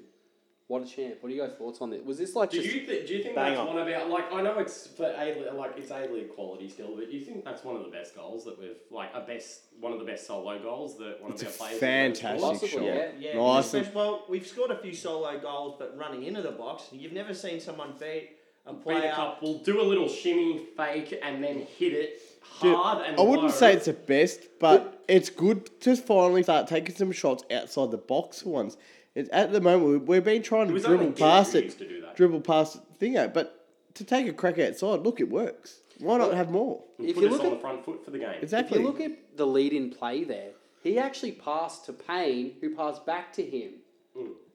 Speaker 3: What a champ! What are your guys' thoughts on this? Was this like
Speaker 5: Do
Speaker 3: just
Speaker 5: you th- do you think
Speaker 7: bang
Speaker 5: that's
Speaker 7: on.
Speaker 5: one about like I know it's for A League- like it's A League quality still, but do you think that's one of the best goals that we've like a best one of the best solo goals that one
Speaker 6: It's a
Speaker 5: of our players has ever scored?
Speaker 6: fantastic
Speaker 3: possible?
Speaker 6: shot.
Speaker 3: Yeah.
Speaker 4: Yeah,
Speaker 6: Nice.
Speaker 4: especially- well, we've scored a few solo goals, but running into the box, you've never seen someone beat a player.
Speaker 5: Beat a couple, do a little shimmy fake, and then hit it
Speaker 6: Dude,
Speaker 5: hard and
Speaker 6: I wouldn't
Speaker 5: low.
Speaker 6: say it's the best, but it's good to finally start taking some shots outside the box ones. It's, at the moment, we- we've been trying
Speaker 5: It
Speaker 6: to
Speaker 5: was only
Speaker 6: dribble
Speaker 5: Giroud
Speaker 6: past
Speaker 5: who
Speaker 6: it,
Speaker 5: used to do that.
Speaker 6: dribble past the thing out, but to take a crack outside, look, it works. Why not have more?
Speaker 5: And
Speaker 3: if
Speaker 5: put
Speaker 3: you
Speaker 5: us
Speaker 3: look
Speaker 5: on
Speaker 3: at-
Speaker 5: the front foot for the game.
Speaker 3: If
Speaker 6: Exactly.
Speaker 3: you look at the lead in play there, he actually passed to Payne, who passed back to him.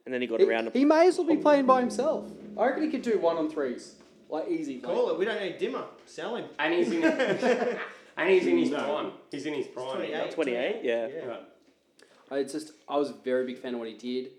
Speaker 7: And then he got
Speaker 3: He,
Speaker 7: around
Speaker 3: he
Speaker 7: him.
Speaker 3: may as well be playing by himself. I reckon he could do one on threes, like easy. play.
Speaker 4: Call it. We don't need Dimmer. Sell him.
Speaker 5: And he's in and he's in his prime. He's in his prime.
Speaker 4: 28.
Speaker 7: 28, yeah.
Speaker 5: Yeah.
Speaker 3: I just I was a very big fan of what he did.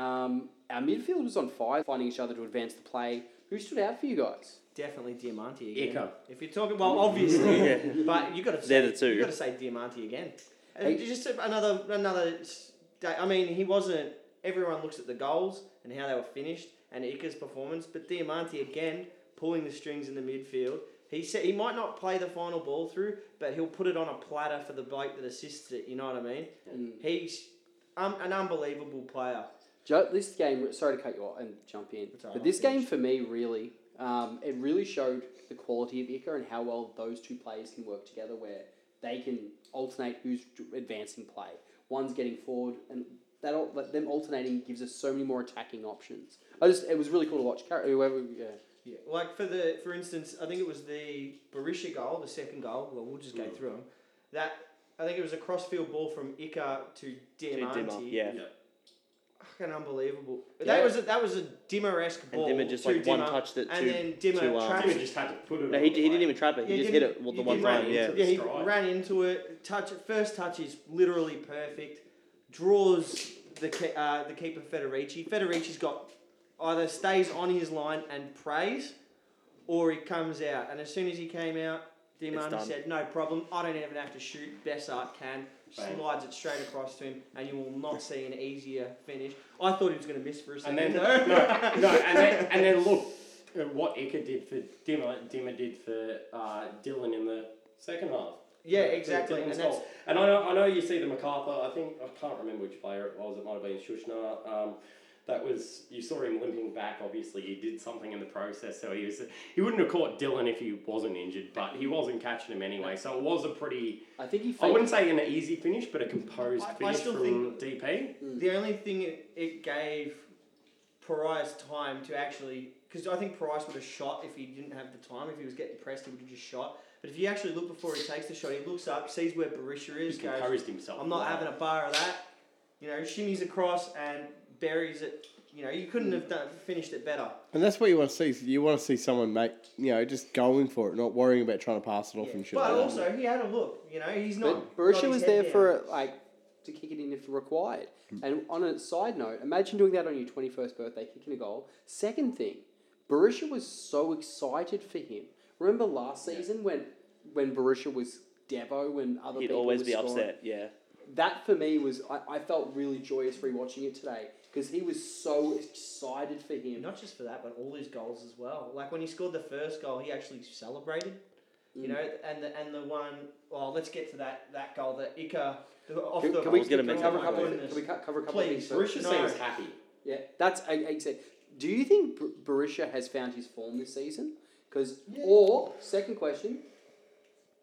Speaker 3: Um, our midfield was on fire, finding each other to advance the play. Who stood out for you guys?
Speaker 4: Definitely Diamante again.
Speaker 5: Iker.
Speaker 4: If you're talking, well, obviously, but you got to say
Speaker 7: They're the two.
Speaker 4: You got to say Diamante again. And
Speaker 3: Hey.
Speaker 4: Just another another. s- day- I mean, he wasn't. Everyone looks at the goals and how they were finished and Ika's performance, but Diamante again pulling the strings in the midfield. He said he might not play the final ball through, but he'll put it on a platter for the bloke that assists it. You know what I mean? He's um, an unbelievable player.
Speaker 3: Jo- this game, sorry to cut you off and jump in,
Speaker 4: all right,
Speaker 3: but
Speaker 4: I'll
Speaker 3: this game
Speaker 4: finish.
Speaker 3: for me really, um, it really showed the quality of Iker and how well those two players can work together, where they can alternate who's d- advancing play. One's getting forward, and that al- like, them alternating gives us so many more attacking options. I just it was really cool to watch. Car- Whoever, yeah,
Speaker 4: Yeah, like for the for instance, I think it was the Barisha goal, the second goal. Well, we'll just
Speaker 7: Mm.
Speaker 4: go through them. That I think it was a crossfield ball from Ica
Speaker 7: To
Speaker 4: to Diamante.
Speaker 7: Dimmer, yeah.
Speaker 5: Yeah.
Speaker 4: fucking unbelievable.
Speaker 7: Yeah.
Speaker 4: That was a, that was a Dimmer esque ball.
Speaker 7: Dimmer just,
Speaker 4: to
Speaker 7: like, one
Speaker 4: Dimmer,
Speaker 7: touched it
Speaker 4: and
Speaker 7: to-
Speaker 4: then Dimmer
Speaker 7: to, um,
Speaker 4: trapped
Speaker 5: Timmy just had to put it.
Speaker 7: No,
Speaker 5: on
Speaker 7: he,
Speaker 5: the
Speaker 7: he didn't
Speaker 5: play.
Speaker 7: even trap it. He
Speaker 4: Yeah,
Speaker 7: just hit
Speaker 4: didn't
Speaker 7: it with
Speaker 4: he
Speaker 7: the one
Speaker 4: did
Speaker 5: ran
Speaker 7: time,
Speaker 5: into
Speaker 7: yeah.
Speaker 5: the
Speaker 4: yeah, he
Speaker 5: stride.
Speaker 4: ran into it. Touch first touch is literally perfect. Draws the ke- uh, the keeper Federici. Federici's got either stays on his line and prays, or he comes out. And as soon as he came out, Diamante
Speaker 7: done.
Speaker 4: said, "No problem. I don't even have to shoot. Bessart can."
Speaker 5: Bang.
Speaker 4: Slides it straight across to him, and you will not see an easier finish. I thought he was going to miss for a
Speaker 5: And
Speaker 4: second.
Speaker 5: then no,
Speaker 4: though.
Speaker 5: no, and then and then look at what Iker did for Dimmer. Dimmer did for uh, Dylan in the second half.
Speaker 4: Yeah,
Speaker 5: For- for
Speaker 4: exactly,
Speaker 5: Dylan's
Speaker 4: and that's-
Speaker 5: goal. and I know I know you see the MacArthur. I think I can't remember which player it was. It might have been Shushna. Um, that was you saw him limping back. Obviously, he did something in the process. So he was he wouldn't have caught Dylan if he wasn't injured, but he wasn't catching him anyway. So it was a pretty.
Speaker 3: I think he.
Speaker 5: I
Speaker 3: faked-
Speaker 5: wouldn't say an easy finish, but a composed
Speaker 4: I- I
Speaker 5: finish
Speaker 4: still
Speaker 5: from DP.
Speaker 3: Hmm.
Speaker 4: The only thing it, it gave Pariah's time to actually, because I think Pariah would have shot if he didn't have the time. If he was getting pressed, he would have just shot. But if you actually look before he takes the shot, he looks up, sees where Barisha is,
Speaker 5: He
Speaker 4: goes,
Speaker 5: composed himself.
Speaker 4: "I'm not
Speaker 5: well.
Speaker 4: having a bar of that." You know, shimmies across and buries it. You know, you
Speaker 3: Mm.
Speaker 4: couldn't have done, finished it better.
Speaker 6: And that's what you want to see. You want to see someone make, you know, just going for it, not worrying about trying to pass it off and shit.
Speaker 4: But
Speaker 6: like that.
Speaker 4: also, he had a look. You know, he's
Speaker 3: But
Speaker 4: not.
Speaker 3: Barisha
Speaker 4: got his
Speaker 3: was
Speaker 4: head
Speaker 3: there
Speaker 4: down.
Speaker 3: for like to kick it in if required. And on a side note, imagine doing that on your twenty first birthday, kicking a goal. Second thing, Barisha was so excited for him. Remember last season when when Barisha was Devo, when other
Speaker 7: He'd
Speaker 3: people
Speaker 7: always
Speaker 3: were
Speaker 7: be
Speaker 3: scoring?
Speaker 7: upset, yeah.
Speaker 3: That for me was I, I felt really joyous rewatching it today because he was so excited for him.
Speaker 4: Not just for that, but all his goals as well. Like when he scored the first goal, he actually celebrated.
Speaker 3: Mm.
Speaker 4: You know, and the and the one. Well, let's get to that that goal that Ika off
Speaker 3: Can,
Speaker 4: the.
Speaker 3: can we,
Speaker 7: was gonna
Speaker 3: can we
Speaker 7: mention
Speaker 3: cover a
Speaker 7: that.
Speaker 3: couple? Of,
Speaker 4: Goodness.
Speaker 3: can we cu- cover a couple
Speaker 4: Please,
Speaker 3: of things?
Speaker 4: Barisha
Speaker 5: Just
Speaker 4: No.
Speaker 5: seems happy.
Speaker 3: Yeah, that's I, I said. Do you think Bar- Barisha has found his form this season? Because or second question,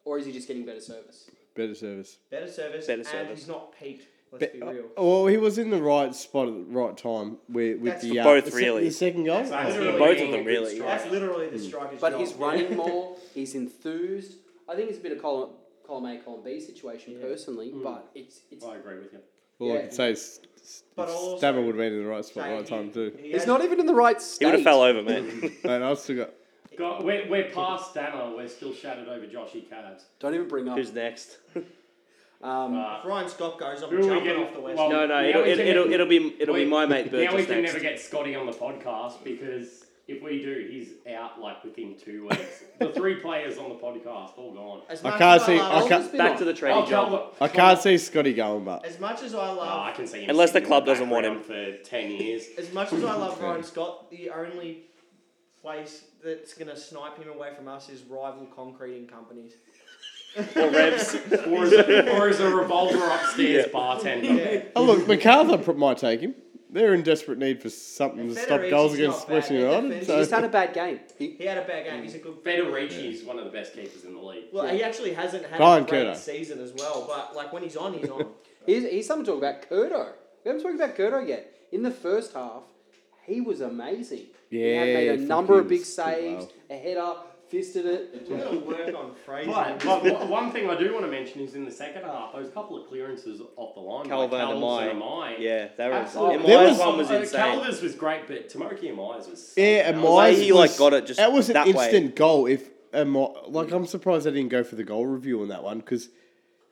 Speaker 3: or is he just getting better service?
Speaker 6: better service.
Speaker 4: better service?
Speaker 7: Better
Speaker 4: And
Speaker 7: service.
Speaker 4: he's not peaked. Let's be,
Speaker 3: uh,
Speaker 6: Be-
Speaker 4: real.
Speaker 6: oh, well, he was in the right spot at the right time with, with
Speaker 4: That's
Speaker 6: the
Speaker 4: for
Speaker 6: uh,
Speaker 7: both,
Speaker 6: the se-
Speaker 7: really.
Speaker 6: the second goal.
Speaker 5: That's
Speaker 4: Both of
Speaker 5: literally
Speaker 7: them,
Speaker 5: being a good
Speaker 7: really.
Speaker 5: striker.
Speaker 4: That's literally
Speaker 3: Hmm.
Speaker 4: the striker's
Speaker 3: But
Speaker 4: job.
Speaker 3: he's running more. He's enthused. I think it's a bit of column, column A, column B situation personally,
Speaker 7: Mm.
Speaker 3: but it's it's.
Speaker 5: I agree with you.
Speaker 6: All I
Speaker 3: Yeah.
Speaker 6: can say is
Speaker 4: But also-
Speaker 6: Stabber would have been in the right spot,
Speaker 4: Saying
Speaker 6: right
Speaker 4: he-
Speaker 6: time too.
Speaker 4: he
Speaker 3: He's
Speaker 4: has-
Speaker 3: not even in the right state.
Speaker 7: He would have fell over, man.
Speaker 6: and I still got
Speaker 5: God, we're, we're past Stammer. We're still shattered over Joshy Cabs.
Speaker 3: Don't even bring up.
Speaker 7: Who's next?
Speaker 3: Um,
Speaker 4: If Ryan Scott goes, I'm
Speaker 5: Who are we
Speaker 4: jumping
Speaker 5: getting-
Speaker 4: off the west.
Speaker 5: well,
Speaker 7: No, no,
Speaker 5: Now
Speaker 7: it'll,
Speaker 5: we
Speaker 7: it'll,
Speaker 5: can-
Speaker 7: it'll, it'll be it'll be
Speaker 5: We-
Speaker 7: my mate
Speaker 5: Now we
Speaker 7: Burgess
Speaker 5: can
Speaker 7: next.
Speaker 5: never get Scotty on the podcast because If we do, he's out like within two weeks. the three players on the podcast all gone.
Speaker 4: As
Speaker 6: I
Speaker 4: much
Speaker 6: can't
Speaker 4: as
Speaker 6: see-
Speaker 4: love-
Speaker 6: I can't-
Speaker 7: Back to the trading
Speaker 5: Oh,
Speaker 7: job.
Speaker 5: Calvert-
Speaker 6: I can't see Scotty going, but
Speaker 4: As much as I
Speaker 5: Oh, I
Speaker 4: love,
Speaker 5: can see him
Speaker 7: Unless the
Speaker 5: sitting in
Speaker 7: club doesn't want
Speaker 5: background for ten years.
Speaker 4: as much as I love Ryan Scott, the only place that's gonna snipe him away from us is rival concreting companies.
Speaker 7: Or Revs.
Speaker 5: or, is a, or is a revolver upstairs bartender.
Speaker 6: oh look, Macarthur pr- might take him. They're in desperate need for something to stop
Speaker 4: Federici's
Speaker 6: goals
Speaker 4: not
Speaker 6: against
Speaker 4: bad.
Speaker 6: West
Speaker 4: Their
Speaker 6: United.
Speaker 4: defence
Speaker 6: So.
Speaker 3: He's had a bad game. He,
Speaker 4: He had a bad game. He's a good.
Speaker 5: Federici is one of the best keepers in the league.
Speaker 4: Well, he actually hasn't had
Speaker 6: Brian
Speaker 4: a great
Speaker 6: Curto.
Speaker 4: season as well, but like when he's on, he's on.
Speaker 3: he's, he's something to talk about. Kurdo. We haven't talked about Kurdo yet. In the first half, he was amazing. he had
Speaker 6: Yeah,
Speaker 3: made a
Speaker 6: he
Speaker 3: number of big
Speaker 6: did well.
Speaker 3: saves, a header, fisted it.
Speaker 4: We're gonna work on phrasing.
Speaker 5: But, but one- one thing I do want to mention is in the second half, those couple of clearances off the line.
Speaker 7: Calvert
Speaker 5: by
Speaker 7: and Amai.
Speaker 5: Calves Amai.
Speaker 7: Yeah, that was.
Speaker 5: Absolutely.
Speaker 7: There
Speaker 6: was-
Speaker 7: one was
Speaker 5: Uh,
Speaker 7: insane.
Speaker 5: Calvert's was great, but Tamoki Amai's was.
Speaker 6: Yeah,
Speaker 5: something
Speaker 6: and
Speaker 5: else.
Speaker 7: way
Speaker 6: mine
Speaker 7: he, like, got it just
Speaker 6: that was an
Speaker 7: that way.
Speaker 6: instant goal. If and my, like I'm surprised I didn't go for the goal review on that one because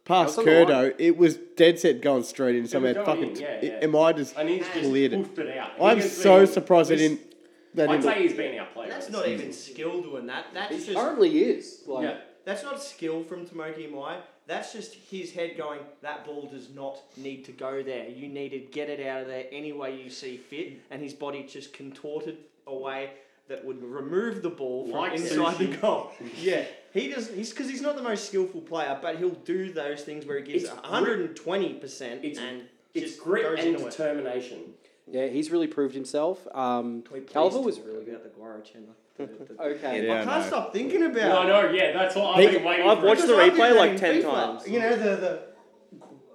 Speaker 6: past
Speaker 3: That was on the
Speaker 6: Curdo, it was dead set going straight in. Somehow
Speaker 5: was going
Speaker 6: fucking
Speaker 5: in, yeah,
Speaker 6: it-
Speaker 5: yeah.
Speaker 6: am I just
Speaker 5: And he's just
Speaker 6: cleared it?
Speaker 5: poofed it out.
Speaker 6: I'm
Speaker 5: Higgins
Speaker 6: so
Speaker 5: been-
Speaker 6: surprised I
Speaker 5: he's-
Speaker 6: didn't. They
Speaker 5: I'd
Speaker 6: didn't
Speaker 5: say he's been our player.
Speaker 4: that's
Speaker 5: this
Speaker 4: not
Speaker 5: season.
Speaker 4: even skill doing that.
Speaker 3: He
Speaker 4: That's just
Speaker 3: currently is. Like,
Speaker 5: Yeah.
Speaker 4: that's not skill from Tomoki Mai. That's just his head going. That ball does not need to go there. You need to get it out of there any way you see fit. And his body just contorted a way that would remove the ball from
Speaker 5: Like
Speaker 4: inside the
Speaker 5: sushi.
Speaker 4: goal. yeah, he does. He's because he's not the most skillful player, but he'll do those things where he gives
Speaker 5: It's grit.
Speaker 4: 120 percent
Speaker 5: It's-
Speaker 4: and
Speaker 5: It's
Speaker 4: just
Speaker 5: grit
Speaker 4: goes
Speaker 5: and
Speaker 4: into it.
Speaker 5: determination.
Speaker 3: yeah, he's really proved himself. Um,
Speaker 4: Can we please
Speaker 3: Calvert was
Speaker 4: talk
Speaker 3: really good.
Speaker 4: about the Guara Chandler? The- the-
Speaker 3: Okay.
Speaker 6: Yeah,
Speaker 4: I
Speaker 6: no.
Speaker 4: can't stop thinking about.
Speaker 5: No,
Speaker 4: it.
Speaker 5: no, yeah, that's what I've been waiting
Speaker 7: I've
Speaker 5: for.
Speaker 7: watched
Speaker 4: Because
Speaker 7: the
Speaker 4: I did
Speaker 7: replay,
Speaker 4: that
Speaker 7: like,
Speaker 4: in
Speaker 7: 10
Speaker 4: FIFA.
Speaker 7: times.
Speaker 4: You know the the.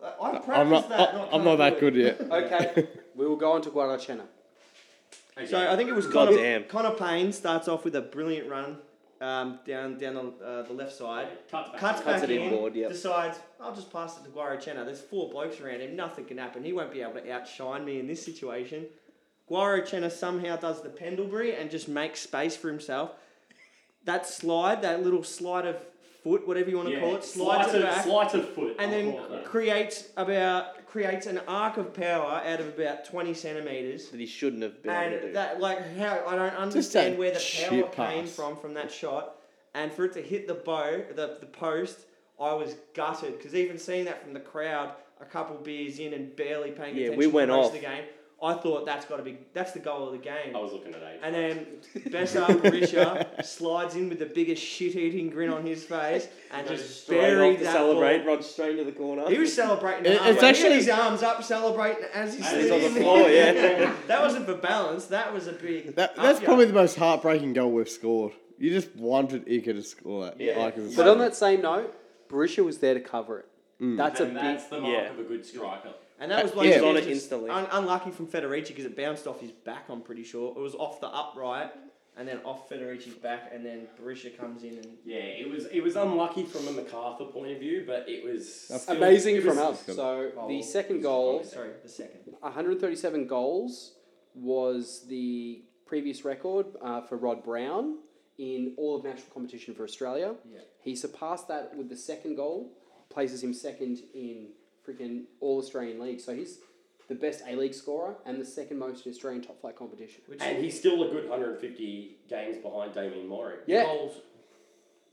Speaker 4: I practiced
Speaker 6: I'm not.
Speaker 4: that.
Speaker 6: I, am not that good yet.
Speaker 3: Okay. we will go on to Guadalajara.
Speaker 4: So I think it was
Speaker 7: God
Speaker 4: Connor,
Speaker 7: damn.
Speaker 4: Connor Payne starts off with a brilliant run um, down down the, uh, the left side.
Speaker 5: Cuts back.
Speaker 4: Cuts,
Speaker 7: Cuts
Speaker 4: back
Speaker 7: it
Speaker 4: in,
Speaker 7: inboard, yep.
Speaker 4: decides, I'll just pass it to Guarachena. There's four blokes around him. Nothing can happen. He won't be able to outshine me in this situation. Guarachena somehow does the Pendlebury and just makes space for himself. That slide, that little slide of foot, whatever you want to
Speaker 5: yeah.
Speaker 4: call it, slides
Speaker 5: slight
Speaker 4: it back.
Speaker 5: of, slight of foot.
Speaker 4: and
Speaker 5: I'll
Speaker 4: then
Speaker 5: call it that.
Speaker 4: creates about creates an arc of power out of about 20 centimeters
Speaker 7: that he shouldn't have been able to do.
Speaker 4: and that like how I don't
Speaker 6: Just
Speaker 4: understand
Speaker 6: a
Speaker 4: where
Speaker 6: shit
Speaker 4: the power came
Speaker 6: pass.
Speaker 4: from from that shot and for it to hit the bow the, the post I was gutted because even seeing that from the crowd a couple beers in and barely paying
Speaker 7: Yeah,
Speaker 4: attention
Speaker 7: we
Speaker 4: to
Speaker 7: went
Speaker 4: the rest
Speaker 7: off.
Speaker 4: of the game I thought that's got to be that's the goal of the game
Speaker 5: I was looking at eight.
Speaker 4: and then Bessar Berisha slides in with the biggest shit eating grin on his face and
Speaker 5: Goes
Speaker 4: just
Speaker 5: straight
Speaker 4: buried
Speaker 7: to
Speaker 4: that
Speaker 7: celebrate,
Speaker 4: ball.
Speaker 7: runs straight into the corner.
Speaker 4: He was celebrating.
Speaker 6: It-
Speaker 4: halfway.
Speaker 6: it's
Speaker 4: He had
Speaker 6: actually-
Speaker 4: his arms up, celebrating as he
Speaker 5: As
Speaker 4: slid
Speaker 7: He's on the
Speaker 4: in.
Speaker 7: floor, yeah.
Speaker 4: That wasn't for balance. That was a big.
Speaker 6: That,
Speaker 4: up
Speaker 6: that's
Speaker 4: yard.
Speaker 6: probably the most heartbreaking goal we've scored. You just wanted Iker to score that.
Speaker 7: Yeah.
Speaker 6: Like, it was-
Speaker 3: But on that same note, Borussia was there to cover it. That's a
Speaker 5: And
Speaker 3: big.
Speaker 5: that's the mark
Speaker 7: yeah.
Speaker 5: of a good striker.
Speaker 4: And that was
Speaker 6: Uh,
Speaker 4: like
Speaker 6: yeah.
Speaker 4: it was
Speaker 7: On it
Speaker 4: just
Speaker 7: instantly.
Speaker 4: Un- unlucky from Federici because it bounced off his back. I'm pretty sure it was off the upright and then off Federici's back, and then Barisha comes in and.
Speaker 5: Yeah, it was it was unlucky from a MacArthur point of view, but it was still-
Speaker 3: Amazing
Speaker 5: it
Speaker 3: from
Speaker 5: was-
Speaker 3: us. So the second goal,
Speaker 4: Sorry, the second.
Speaker 3: 137 goals, was the previous record uh, for Rod Brown in all of national competition for Australia. He surpassed that with the second goal, places him second in freaking all Australian league. So he's the best A League scorer and the second most in Australian top flight competition.
Speaker 4: Which
Speaker 5: And
Speaker 4: is
Speaker 5: he's still a good 150 games behind Damien Mori.
Speaker 3: Yeah,
Speaker 4: goals.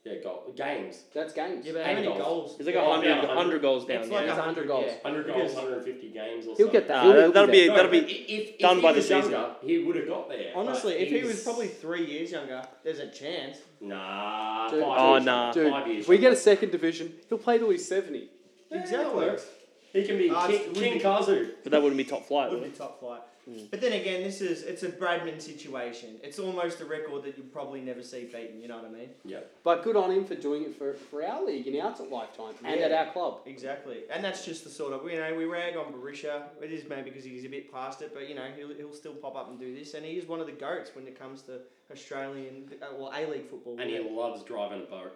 Speaker 5: Yeah, goal, games.
Speaker 3: that's games.
Speaker 4: Yeah, but how many
Speaker 5: goals.
Speaker 4: goals?
Speaker 7: He's like
Speaker 5: Yeah,
Speaker 7: 100,
Speaker 5: about 100
Speaker 7: 100 goals down.
Speaker 4: It's
Speaker 7: yeah.
Speaker 4: like
Speaker 3: It's
Speaker 4: 100
Speaker 3: 100 goals.
Speaker 4: yeah.
Speaker 5: 100
Speaker 4: Because-
Speaker 5: goals, 150 games or
Speaker 3: He'll
Speaker 5: so.
Speaker 3: get that.
Speaker 7: Nah,
Speaker 3: He'll there.
Speaker 7: that'll be-
Speaker 5: No,
Speaker 7: that'll
Speaker 5: but
Speaker 7: be
Speaker 5: if, if
Speaker 7: done
Speaker 5: he
Speaker 7: by the
Speaker 5: was
Speaker 7: season.
Speaker 5: younger, he would have got there. but
Speaker 4: Honestly, if he was
Speaker 5: he's-
Speaker 4: probably three years younger, there's a chance.
Speaker 5: Nah.
Speaker 3: Dude.
Speaker 5: five
Speaker 7: Oh,
Speaker 5: years
Speaker 7: nah.
Speaker 5: younger,
Speaker 3: Dude,
Speaker 5: Five years
Speaker 3: if we
Speaker 5: younger.
Speaker 3: get a second division, he'll play till he's 70.
Speaker 5: That works. He can be
Speaker 4: Ah,
Speaker 5: King,
Speaker 4: it's-
Speaker 5: King Kazu.
Speaker 7: But that wouldn't be top flight,
Speaker 4: would
Speaker 7: would
Speaker 4: be
Speaker 7: it?
Speaker 4: top flight.
Speaker 3: Mm.
Speaker 4: But then again, this is it's a Bradman situation. It's almost a record that you'll probably never see beaten. You know what I mean?
Speaker 5: Yeah.
Speaker 3: But good on him for doing it for, for our league in our lifetime and
Speaker 4: Yeah.
Speaker 3: at our club.
Speaker 4: Exactly, and that's just the sort of you know we rag on Barisha. It is maybe because he's a bit past it, but you know he'll, he'll still pop up and do this, and he is one of the goats when it comes to Australian uh, well A League football.
Speaker 5: And he loves driving a boat.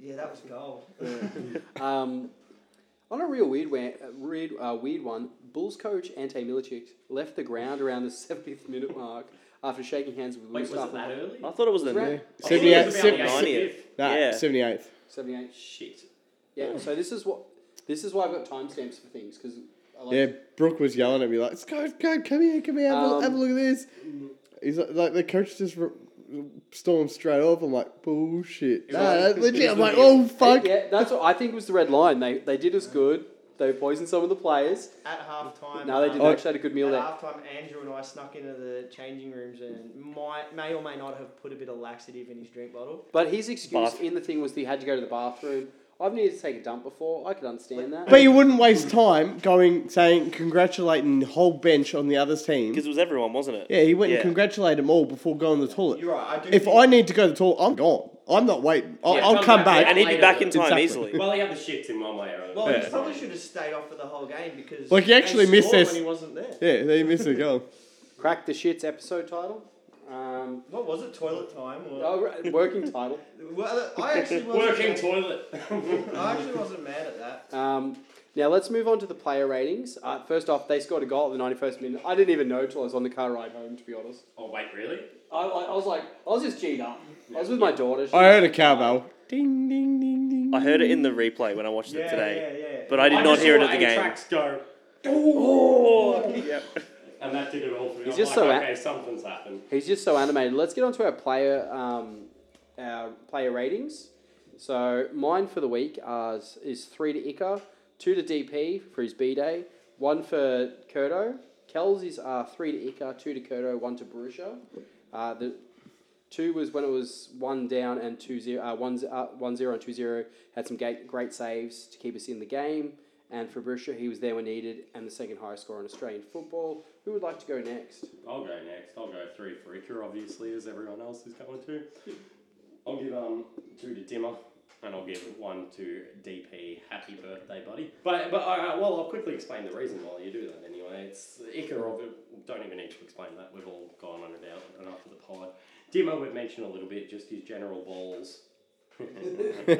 Speaker 4: yeah, that was a goal.
Speaker 3: Um, on a real weird, wa- uh, weird, uh, weird one, Bulls coach Ante Milicic left the ground around the 70th minute mark after shaking hands with
Speaker 5: Wait, was
Speaker 3: Mustafa.
Speaker 5: it that early?
Speaker 7: I thought it was the
Speaker 3: Right.
Speaker 5: I thought it was
Speaker 6: 78,
Speaker 5: about
Speaker 6: seven-
Speaker 5: the
Speaker 7: 90th.
Speaker 5: 85th.
Speaker 6: Nah,
Speaker 7: Yeah.
Speaker 6: 78th.
Speaker 3: 78.
Speaker 5: Shit.
Speaker 3: Yeah, so this is what this is why I've got timestamps for things because I like
Speaker 6: Yeah, Brooke was yelling at me like, "Scott, God, come here, come here, have,
Speaker 3: Um,
Speaker 6: a, have a look at this." He's like, like the coach just re- stormed straight off. I'm like bullshit. Nah, that's legit. I'm like, oh fuck.
Speaker 3: Yeah, that's what I think was the red line. They they did us good. They poisoned some of the players.
Speaker 4: At half time.
Speaker 3: No, they didn't.
Speaker 6: Oh.
Speaker 3: They actually had a good meal
Speaker 4: At
Speaker 3: there.
Speaker 4: half time, Andrew and I snuck into the changing rooms and might, may or may not have put a bit of laxative in his drink bottle.
Speaker 3: But his excuse
Speaker 7: Bath-
Speaker 3: in the thing was that he had to go to the bathroom. I've needed to take a dump before. I could understand that.
Speaker 6: But you wouldn't waste time going saying congratulating the whole bench on the other team.
Speaker 7: Because it was everyone, wasn't it?
Speaker 6: Yeah, he went and congratulated them all before going to the toilet.
Speaker 4: You're right. I do.
Speaker 6: If
Speaker 4: think-
Speaker 6: I need to go to the toilet, I'm gone. I'm not waiting. I'll,
Speaker 5: Yeah,
Speaker 6: I'll
Speaker 5: come
Speaker 6: come
Speaker 5: back.
Speaker 6: back.
Speaker 7: And he'd be back in time
Speaker 6: Exactly.
Speaker 7: easily.
Speaker 5: Well, he had the shits in one way or another.
Speaker 4: Well, he probably should have stayed off for the whole game because.
Speaker 6: Like, he
Speaker 4: they
Speaker 6: actually missed
Speaker 4: scored
Speaker 6: this-
Speaker 4: when he wasn't there.
Speaker 6: yeah, they missed a goal.
Speaker 3: Crack the shits episode title. Um,
Speaker 4: What was it? Toilet time? Or...
Speaker 3: oh, right, working title.
Speaker 4: Well, I actually wasn't.
Speaker 5: Working toilet.
Speaker 4: I actually wasn't mad at that.
Speaker 3: Um, now let's move on to the player ratings. Uh, first off, they scored a goal at the ninety-first minute. I didn't even know till I was on the car ride home. To be honest,
Speaker 5: oh, wait, really?
Speaker 3: I, I, I was like, I was just G'd up. I was with my daughter. She
Speaker 6: I heard a cowbell. Ding, ding, ding, ding.
Speaker 7: I heard it in the replay when I watched it
Speaker 4: Yeah,
Speaker 7: today.
Speaker 4: yeah, yeah.
Speaker 7: But I did not
Speaker 5: just
Speaker 7: hear it
Speaker 5: saw
Speaker 7: at the
Speaker 5: eight
Speaker 7: game. Oh,
Speaker 5: Tracks go, and that did it all for me. I'm
Speaker 3: just
Speaker 5: like,
Speaker 3: so
Speaker 5: okay, something's happened.
Speaker 3: He's just so animated. Let's get on to our player um, our player ratings. So mine for the week are, is three to Ica, two to DP for his B day, one for Kurdo. Kells is uh, three to Ica, two to Kurdo, one to Borussia. Uh, the two was when it was one down and two zero, uh, one, z- uh, one zero and two zero. Had some great, great saves to keep us in the game. And for Borussia, he was there when needed and the second highest scorer in Australian football. Who would like to go next?
Speaker 5: I'll go next. I'll go three for Iker, obviously, as everyone else is going to. I'll give um two to Dimmer, and I'll give one to DP. Happy birthday, buddy. But but uh, well, I'll quickly explain the reason why you do that anyway. It's Iker. obvi- Don't even need to explain that. We've all gone on about enough of the pod. Dimmer, we've mentioned a little bit, just his general balls.
Speaker 6: the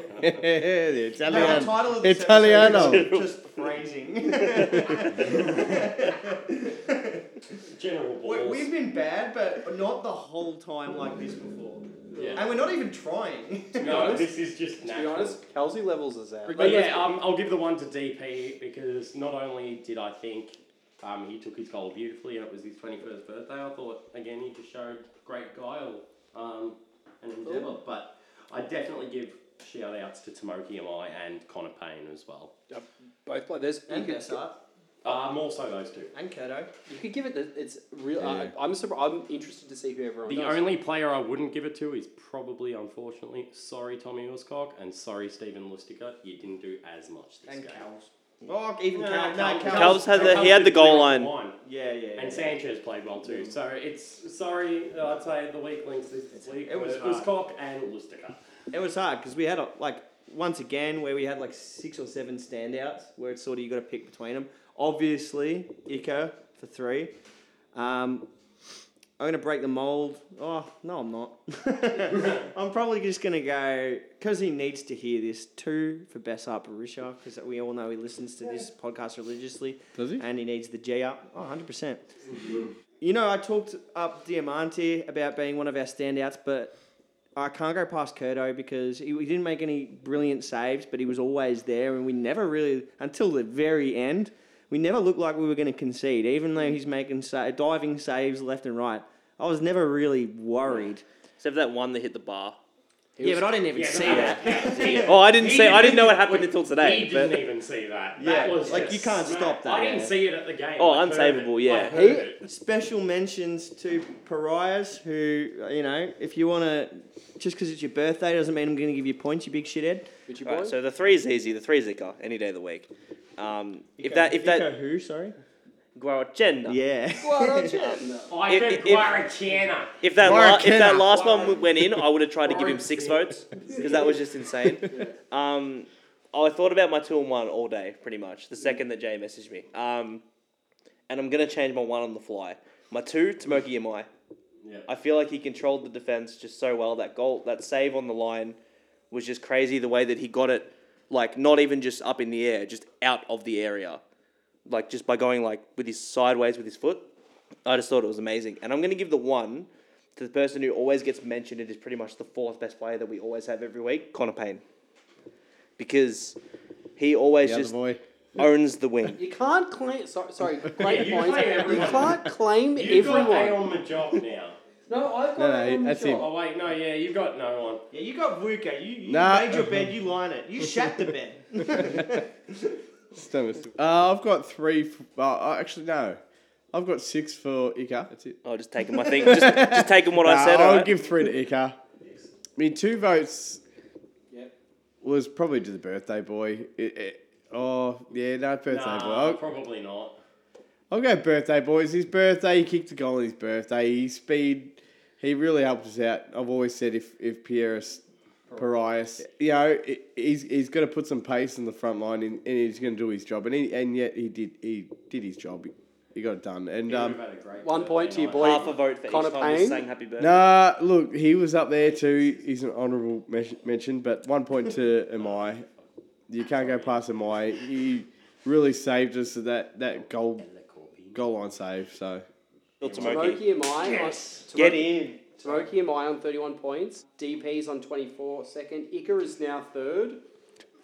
Speaker 4: Now,
Speaker 6: Italian.
Speaker 4: the title of this
Speaker 6: Italiano.
Speaker 4: episode is Just phrasing.
Speaker 5: General
Speaker 4: We-
Speaker 5: balls.
Speaker 4: We've been bad, but not the whole time like this before.
Speaker 5: Yeah.
Speaker 4: And we're not even trying.
Speaker 5: no, this is just
Speaker 3: To be
Speaker 5: natural.
Speaker 3: honest, Kelsey levels us out.
Speaker 5: But yeah, um, I'll give the one to DP because not only did I think um, he took his goal beautifully and it was his 21st birthday, I thought, again, he just showed great guile um, and endeavour. But I definitely give shout outs to Tomoki Amai and Connor Payne as well.
Speaker 3: Both play. There's you
Speaker 4: and
Speaker 3: could,
Speaker 4: Bessart.
Speaker 5: Uh, more so those two.
Speaker 4: And Keto.
Speaker 3: you could give it. The, it's real. I, I'm surprised. I'm interested to see who everyone.
Speaker 5: The
Speaker 3: does.
Speaker 5: only player I wouldn't give it to is probably, unfortunately, sorry Tommy Uscock and sorry Stephen Listiker. You didn't do as much this
Speaker 4: And
Speaker 5: game.
Speaker 4: Cows. Oh, even
Speaker 5: No,
Speaker 4: Cal.
Speaker 5: no,
Speaker 4: No,
Speaker 7: Calves had the- he had the
Speaker 5: did play
Speaker 7: goal
Speaker 5: like
Speaker 7: line.
Speaker 5: one.
Speaker 4: Yeah, yeah. Mm.
Speaker 5: And
Speaker 4: yeah.
Speaker 5: Sanchez played well too. So it's sorry, uh, I'd say the weak links this this week.
Speaker 4: It was
Speaker 5: were Uscock and Lustica.
Speaker 4: It was hard because we had a, like once again where we had like six or seven standouts where it's sort of you got to pick between them. Obviously, Ico for three. Um, I'm gonna break the mold. Oh no, I'm not. I'm probably just gonna go because he needs to hear this. Two for Bessar Barisha because we all know he listens to this podcast religiously.
Speaker 6: Does he?
Speaker 4: And he needs the G up. Oh, 100 percent. You know, I talked up Diamante about being one of our standouts, but I can't go past Curdo because he, he didn't make any brilliant saves, but he was always there, and we never really, until the very end, we never looked like we were going to concede, even though he's making sa- diving saves left and right. I was never really worried.
Speaker 7: Except that one that hit the bar.
Speaker 4: yeah, but I didn't even
Speaker 5: Yeah,
Speaker 4: see
Speaker 5: no,
Speaker 4: that.
Speaker 7: Oh, I didn't
Speaker 5: He
Speaker 7: see. I
Speaker 5: didn't
Speaker 7: didn't know
Speaker 5: even-
Speaker 7: it happened until
Speaker 5: he
Speaker 7: today.
Speaker 5: didn't
Speaker 7: But
Speaker 5: even see that.
Speaker 4: Yeah,
Speaker 5: that was
Speaker 4: like,
Speaker 5: just
Speaker 4: you can't
Speaker 5: smack-
Speaker 4: stop that,
Speaker 5: I didn't
Speaker 4: yeah.
Speaker 5: see it at the game.
Speaker 7: Oh,
Speaker 5: I heard
Speaker 7: unsavable,
Speaker 5: it.
Speaker 7: yeah.
Speaker 5: I heard
Speaker 3: He-
Speaker 5: it.
Speaker 4: Special mentions to pariahs who, you know, if you want to, just because it's your birthday doesn't mean I'm going to give you points, you big shithead.
Speaker 3: Would you
Speaker 7: Right,
Speaker 3: boys?
Speaker 7: so the three is easy. The three is Ica any day of the week. Um, if that if
Speaker 4: Ico
Speaker 7: that
Speaker 4: who, sorry?
Speaker 7: Guarachena.
Speaker 4: Yeah.
Speaker 5: I
Speaker 7: If-
Speaker 5: said
Speaker 7: if-
Speaker 5: Guarachena.
Speaker 7: If that la- if that
Speaker 6: Guarachena.
Speaker 7: last one w- went in, I would have tried to give him six votes because that was just insane. Um, I thought about my two and one all day, pretty much. The second that Jay messaged me, um, and I'm gonna change my one on the fly. My two, Tomoki Yamai.
Speaker 5: Yeah.
Speaker 7: I feel like he controlled the defense just so well. That goal, that save on the line, was just crazy. The way that he got it, like not even just up in the air, just out of the area, like just by going like with his sideways with his foot. I just thought it was amazing, and I'm gonna give the one to the person who always gets mentioned. It is pretty much the fourth best player that we always have every week, Connor Payne, because he always
Speaker 6: The other
Speaker 7: just
Speaker 6: boy.
Speaker 7: owns the wing.
Speaker 3: you can't claim. Sorry, sorry. Great
Speaker 5: you
Speaker 3: points.
Speaker 5: claim
Speaker 3: You
Speaker 5: everyone.
Speaker 3: can't claim
Speaker 5: You've got
Speaker 3: everyone.
Speaker 5: Aon Majok now.
Speaker 4: No, I've got
Speaker 6: No,
Speaker 4: it
Speaker 6: no,
Speaker 4: on the
Speaker 6: that's
Speaker 4: shot.
Speaker 6: him.
Speaker 5: Oh wait, no, yeah, you've got no one.
Speaker 4: Yeah, you got Wuka. You, you
Speaker 6: Nah.
Speaker 4: made your bed, you line it. You shat the bed.
Speaker 6: Stomach. Uh, I've got three. For, uh, actually, no. I've got six for Ika. That's it.
Speaker 7: Oh, just taking my thing. Just, just taking what I
Speaker 6: Nah,
Speaker 7: said.
Speaker 6: I'll
Speaker 7: alright?
Speaker 6: give three to Ika. I mean, two votes
Speaker 3: Yep.
Speaker 6: was probably to the birthday boy. It, it, oh, yeah, no, birthday boy.
Speaker 5: Nah,
Speaker 6: I'll,
Speaker 5: probably not.
Speaker 6: I'll go birthday boys. His birthday, he kicked a goal on his birthday. He speed, he really helped us out. I've always said if if Pieris, Parias, you know, he- he's he's going to put some pace in the front line and, and he's going to do his job. And he, and yet he did he did his job. He, he got it done. And
Speaker 5: He
Speaker 6: um,
Speaker 5: would've had a great
Speaker 3: One
Speaker 5: birthday
Speaker 3: point to your
Speaker 5: night.
Speaker 3: boy.
Speaker 7: half a vote for
Speaker 3: Connor
Speaker 7: each time we
Speaker 3: Payne.
Speaker 7: sang happy birthday.
Speaker 6: nah, look, he was up there too. He's an honourable mes- mention, but one point to Amai. You can't go past Amai. He really saved us with that that goal goal line save. So.
Speaker 7: Bill Tamoki.
Speaker 3: Tamoki Amai.
Speaker 4: Yes.
Speaker 3: Tamoki-
Speaker 7: Get in.
Speaker 3: Tamoki Amai on 31 points. DP's on 24 second. Iker is now third.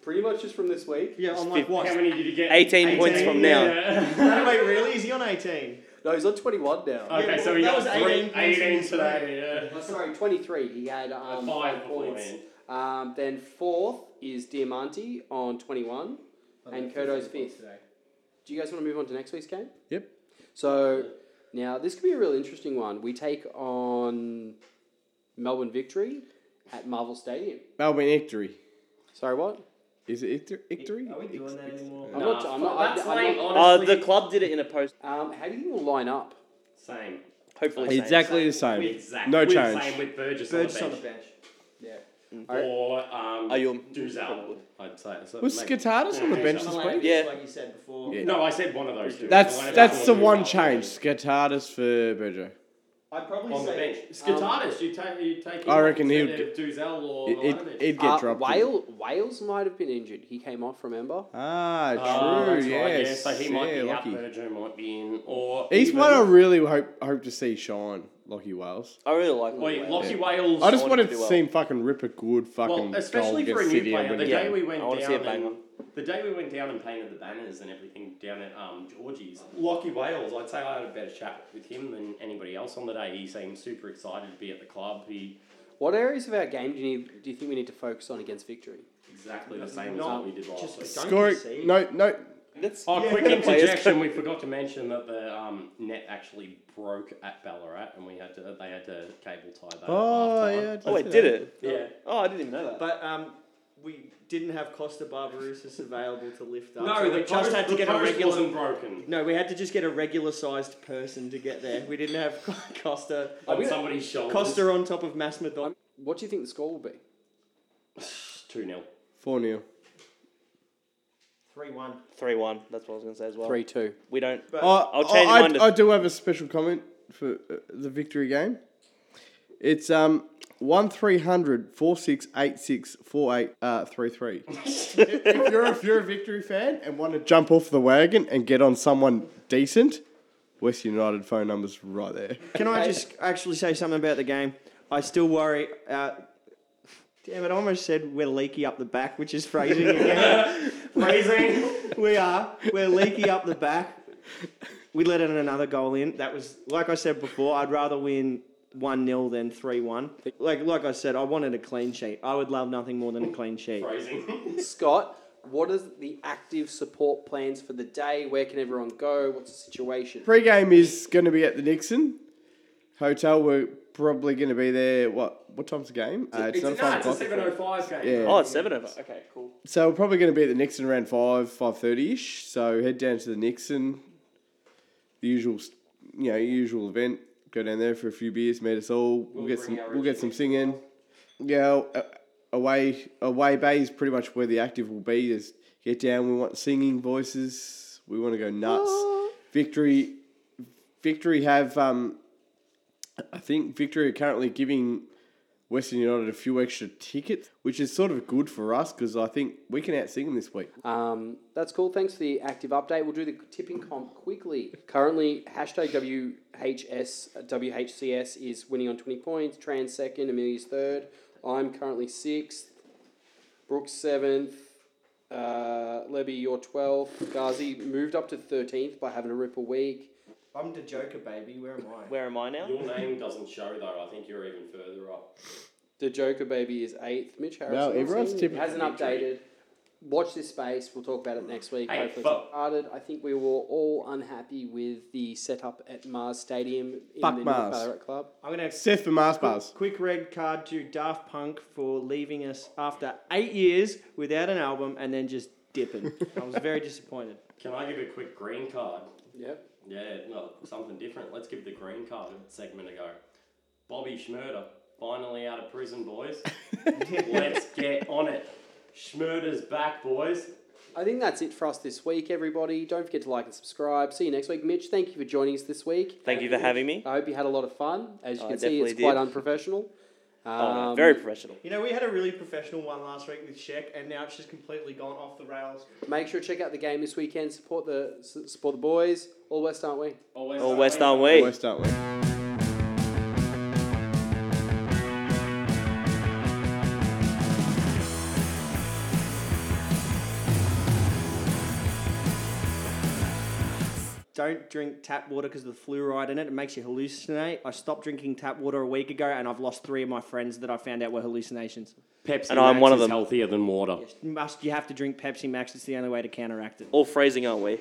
Speaker 3: Pretty much just from this week.
Speaker 4: Yeah, I'm like, what?
Speaker 5: How many did you get?
Speaker 7: 18 points
Speaker 4: 18,
Speaker 7: from now.
Speaker 4: No, wait, really? Is he on 18?
Speaker 3: No, he's on 21 now.
Speaker 5: Okay,
Speaker 4: Yeah,
Speaker 5: so we
Speaker 4: that
Speaker 5: got
Speaker 4: was
Speaker 5: three,
Speaker 4: 18
Speaker 5: 18,
Speaker 4: points in
Speaker 5: today.
Speaker 3: Oh, sorry, 23. He had um,
Speaker 5: Uh, Five
Speaker 3: five points.
Speaker 5: beforehand.
Speaker 3: Um, then fourth is Diamante on 21. and Kodo's fifth. Do you guys want to move on to next week's game?
Speaker 6: Yep.
Speaker 3: So now this could be a real interesting one. We take on Melbourne Victory at Marvel Stadium.
Speaker 6: Melbourne Ictory.
Speaker 3: Sorry, what?
Speaker 6: Is it Ictor- Ictory?
Speaker 4: Are we doing that anymore?
Speaker 3: I'm
Speaker 5: Nah,
Speaker 3: not. I'm not. I-
Speaker 5: that's
Speaker 3: I'm
Speaker 5: lame,
Speaker 3: not-
Speaker 7: Uh,
Speaker 5: honestly.
Speaker 7: the club did it in a post.
Speaker 3: um, how do you think we'll line up?
Speaker 5: Same.
Speaker 7: Hopefully, same.
Speaker 6: Exactly the same.
Speaker 5: Exactly.
Speaker 6: No
Speaker 5: We're the
Speaker 6: change.
Speaker 5: Same with Burgess,
Speaker 4: Burgess
Speaker 5: on
Speaker 4: on
Speaker 5: the
Speaker 4: the
Speaker 5: bench.
Speaker 4: bench.
Speaker 3: Yeah.
Speaker 5: Or um,
Speaker 7: Ayum.
Speaker 5: Duzal. I'd say. So
Speaker 6: Was
Speaker 5: make-
Speaker 6: Skatardis on the
Speaker 5: Yeah.
Speaker 6: bench this
Speaker 4: Someone
Speaker 6: week?
Speaker 4: like-
Speaker 7: Yeah.
Speaker 4: Like you said before.
Speaker 6: Yeah.
Speaker 5: No, I said one of those two.
Speaker 6: That's
Speaker 5: I wanted
Speaker 6: that's
Speaker 5: to
Speaker 6: the
Speaker 5: call
Speaker 6: one
Speaker 5: Duzal.
Speaker 6: change. Skatardis for Berger.
Speaker 4: I'd probably
Speaker 5: On the bench.
Speaker 4: say.
Speaker 5: Skitardis, you take you take.
Speaker 6: I
Speaker 5: him
Speaker 6: reckon
Speaker 5: instead
Speaker 6: he'd-
Speaker 5: of Duzal or
Speaker 6: It,
Speaker 5: Milanovic.
Speaker 6: it, would get
Speaker 3: Uh,
Speaker 6: dropped.
Speaker 3: Wales, Wales might have been injured. He came off, remember?
Speaker 6: Ah, true.
Speaker 5: Oh, that's
Speaker 6: yes.
Speaker 5: right, yeah, so he might
Speaker 6: yeah,
Speaker 5: be
Speaker 6: lucky.
Speaker 5: out. Berger might be in. Or
Speaker 6: He's
Speaker 5: even-
Speaker 6: one I really hope hope to see shine, Lockie Wales.
Speaker 7: I really like.
Speaker 5: Wait,
Speaker 7: Wales.
Speaker 5: Lockie Wales.
Speaker 6: I just
Speaker 7: I want him
Speaker 6: wanted
Speaker 7: to
Speaker 6: to
Speaker 7: do
Speaker 6: see him fucking rip a good fucking
Speaker 5: Well, especially
Speaker 6: goal
Speaker 5: for a
Speaker 6: against
Speaker 5: new
Speaker 6: City
Speaker 5: player.
Speaker 6: and
Speaker 5: The
Speaker 6: win it.
Speaker 5: day we went
Speaker 7: I
Speaker 5: down,
Speaker 7: wanna see a banger.
Speaker 5: and, the day we went down and painted the banners and everything down at um, Georgie's, Lockie Wales. I'd say I had a better chat with him than anybody else on the day. He seemed super excited to be at the club. He
Speaker 3: What areas of our game do you need, do you think we need to focus on against Victory?
Speaker 5: exactly the same as
Speaker 4: Not
Speaker 5: what we did last
Speaker 4: just
Speaker 5: week.
Speaker 4: don't
Speaker 6: Scoring.
Speaker 4: concede.
Speaker 6: No, no.
Speaker 7: That's
Speaker 5: Oh, quick
Speaker 7: Yeah.
Speaker 5: interjection! We forgot to mention that the um, net actually broke at Ballarat, and we had to they had to cable tie that. at
Speaker 6: Oh,
Speaker 5: halftime.
Speaker 6: yeah.
Speaker 7: Oh, wait, did it?
Speaker 5: yeah.
Speaker 7: Oh, I didn't even know that.
Speaker 4: But um, we didn't have Costa Barbarousis available to lift up.
Speaker 5: No,
Speaker 4: so
Speaker 5: the
Speaker 4: we
Speaker 5: post,
Speaker 4: just had to
Speaker 5: the
Speaker 4: get a
Speaker 5: post
Speaker 4: regular.
Speaker 5: wasn't broken.
Speaker 4: No, we had to just get a regular sized person to get there. We didn't have Costa.
Speaker 5: On somebody's shoulder.
Speaker 4: Costa on top of Masmadon.
Speaker 3: What do you think the score will be?
Speaker 5: two 0
Speaker 6: 4 0.
Speaker 4: 3 1.
Speaker 7: Three one. That's what I was gonna say as well.
Speaker 3: 3 2.
Speaker 7: We don't.
Speaker 4: But
Speaker 6: Oh,
Speaker 7: I'll change
Speaker 6: I,
Speaker 7: mine to-
Speaker 6: I do have a special comment for uh, the victory game. It's um one 48 uh, 33. if, you're a, if you're a victory fan and want to jump off the wagon and get on someone decent, West United phone numbers right there.
Speaker 4: Can I just actually say something about the game? I still worry. Uh, damn it, I almost said we're leaky up the back, which is phrasing again. phrasing. We are. We're leaky up the back. We let in another goal in. That was, like I said before, I'd rather win 1 0 than 3 1. Like, like I said, I wanted a clean sheet. I would love nothing more than a clean sheet.
Speaker 5: Phrasing.
Speaker 3: Scott, what are the active support plans for the day? Where can everyone go? What's the situation?
Speaker 6: Pre-game is going to be at the Nixon Hotel. We're probably going to be there. What what time's the game? Uh, it's, not
Speaker 5: no,
Speaker 6: five
Speaker 5: it's a
Speaker 6: o'clock.
Speaker 5: seven oh five game.
Speaker 6: Yeah.
Speaker 7: Oh, it's seven of us. Okay, cool.
Speaker 6: So we're probably going to be at the Nixon around five, five thirty ish. So head down to the Nixon, the usual, s- you know, usual event. Go down there for a few beers, meet us all. We'll, get
Speaker 5: bring
Speaker 6: some,
Speaker 5: our
Speaker 6: we'll get some
Speaker 5: original
Speaker 6: singing. Yeah, a- away, away bay is pretty much where the active will be. Is get down. We want singing voices. We want to go nuts. Victory, victory have. Um, I think victory are currently giving Western United a few extra tickets, which is sort of good for us because I think we can outsing them this week.
Speaker 4: Uh,
Speaker 3: Um, that's cool. Thanks for the active update. We'll do the tipping comp quickly. Currently, hashtag WHS, uh, WHCS is winning on 20 points. Trans second, Amelia's third. I'm currently sixth. Brooks seventh. Uh, Lebby, you're 12th. Ghazi moved up to 13th by having a ripple week.
Speaker 4: I'm the Joker, baby. Where am I?
Speaker 7: Where am I now?
Speaker 5: Your name doesn't show though. I think you're even further up.
Speaker 3: The Joker baby is eighth. Mitch Harrison
Speaker 6: No, everyone's
Speaker 3: obviously
Speaker 6: typically-
Speaker 3: hasn't updated. Watch this space. We'll talk about it next week.
Speaker 5: Hey,
Speaker 3: Hopefully,
Speaker 5: fuck.
Speaker 3: it's started. I think we were all unhappy with the setup at Mars Stadium in
Speaker 6: Fuck
Speaker 3: the
Speaker 6: Mars.
Speaker 3: North Ballarat Club.
Speaker 4: I'm gonna
Speaker 6: Seth for Mars Bars.
Speaker 4: Quick red card to Daft Punk for leaving us after eight years without an album and then just dipping. I was very disappointed.
Speaker 5: Can I give a quick green card?
Speaker 3: Yep.
Speaker 5: Yeah, no, something different. Let's give the green card segment a go. Bobby Schmurder, finally out of prison, boys. Let's get on it. Schmurder's back, boys.
Speaker 3: I think that's it for us this week, everybody. Don't forget to like and subscribe. See you next week. Mitch, thank you for joining us this week.
Speaker 7: Thank you for having me.
Speaker 3: I hope you had a lot of fun. As you
Speaker 7: I
Speaker 3: can see, it's
Speaker 7: definitely
Speaker 3: quite
Speaker 7: did.
Speaker 3: unprofessional.
Speaker 7: Oh, no,
Speaker 3: Um,
Speaker 7: very professional.
Speaker 4: You know, we had a really professional one last week with Sheck, and now it's just completely gone off the rails.
Speaker 3: Make sure to check out the game this weekend. Support the su- support the boys. All West, aren't we?
Speaker 5: Always.
Speaker 7: Oh,
Speaker 5: our
Speaker 7: West
Speaker 5: way.
Speaker 7: Arm Way.
Speaker 6: West Aren't we?
Speaker 4: Don't drink tap water because of the fluoride in it. It makes you hallucinate. I stopped drinking tap water a week ago, and I've lost three of my friends that I found out were hallucinations.
Speaker 5: Pepsi
Speaker 7: And I'm
Speaker 5: Max
Speaker 7: one of
Speaker 5: is
Speaker 7: them.
Speaker 5: healthier than water.
Speaker 4: You must you have to drink Pepsi Max? It's the only way to counteract it.
Speaker 7: All phrasing, aren't we?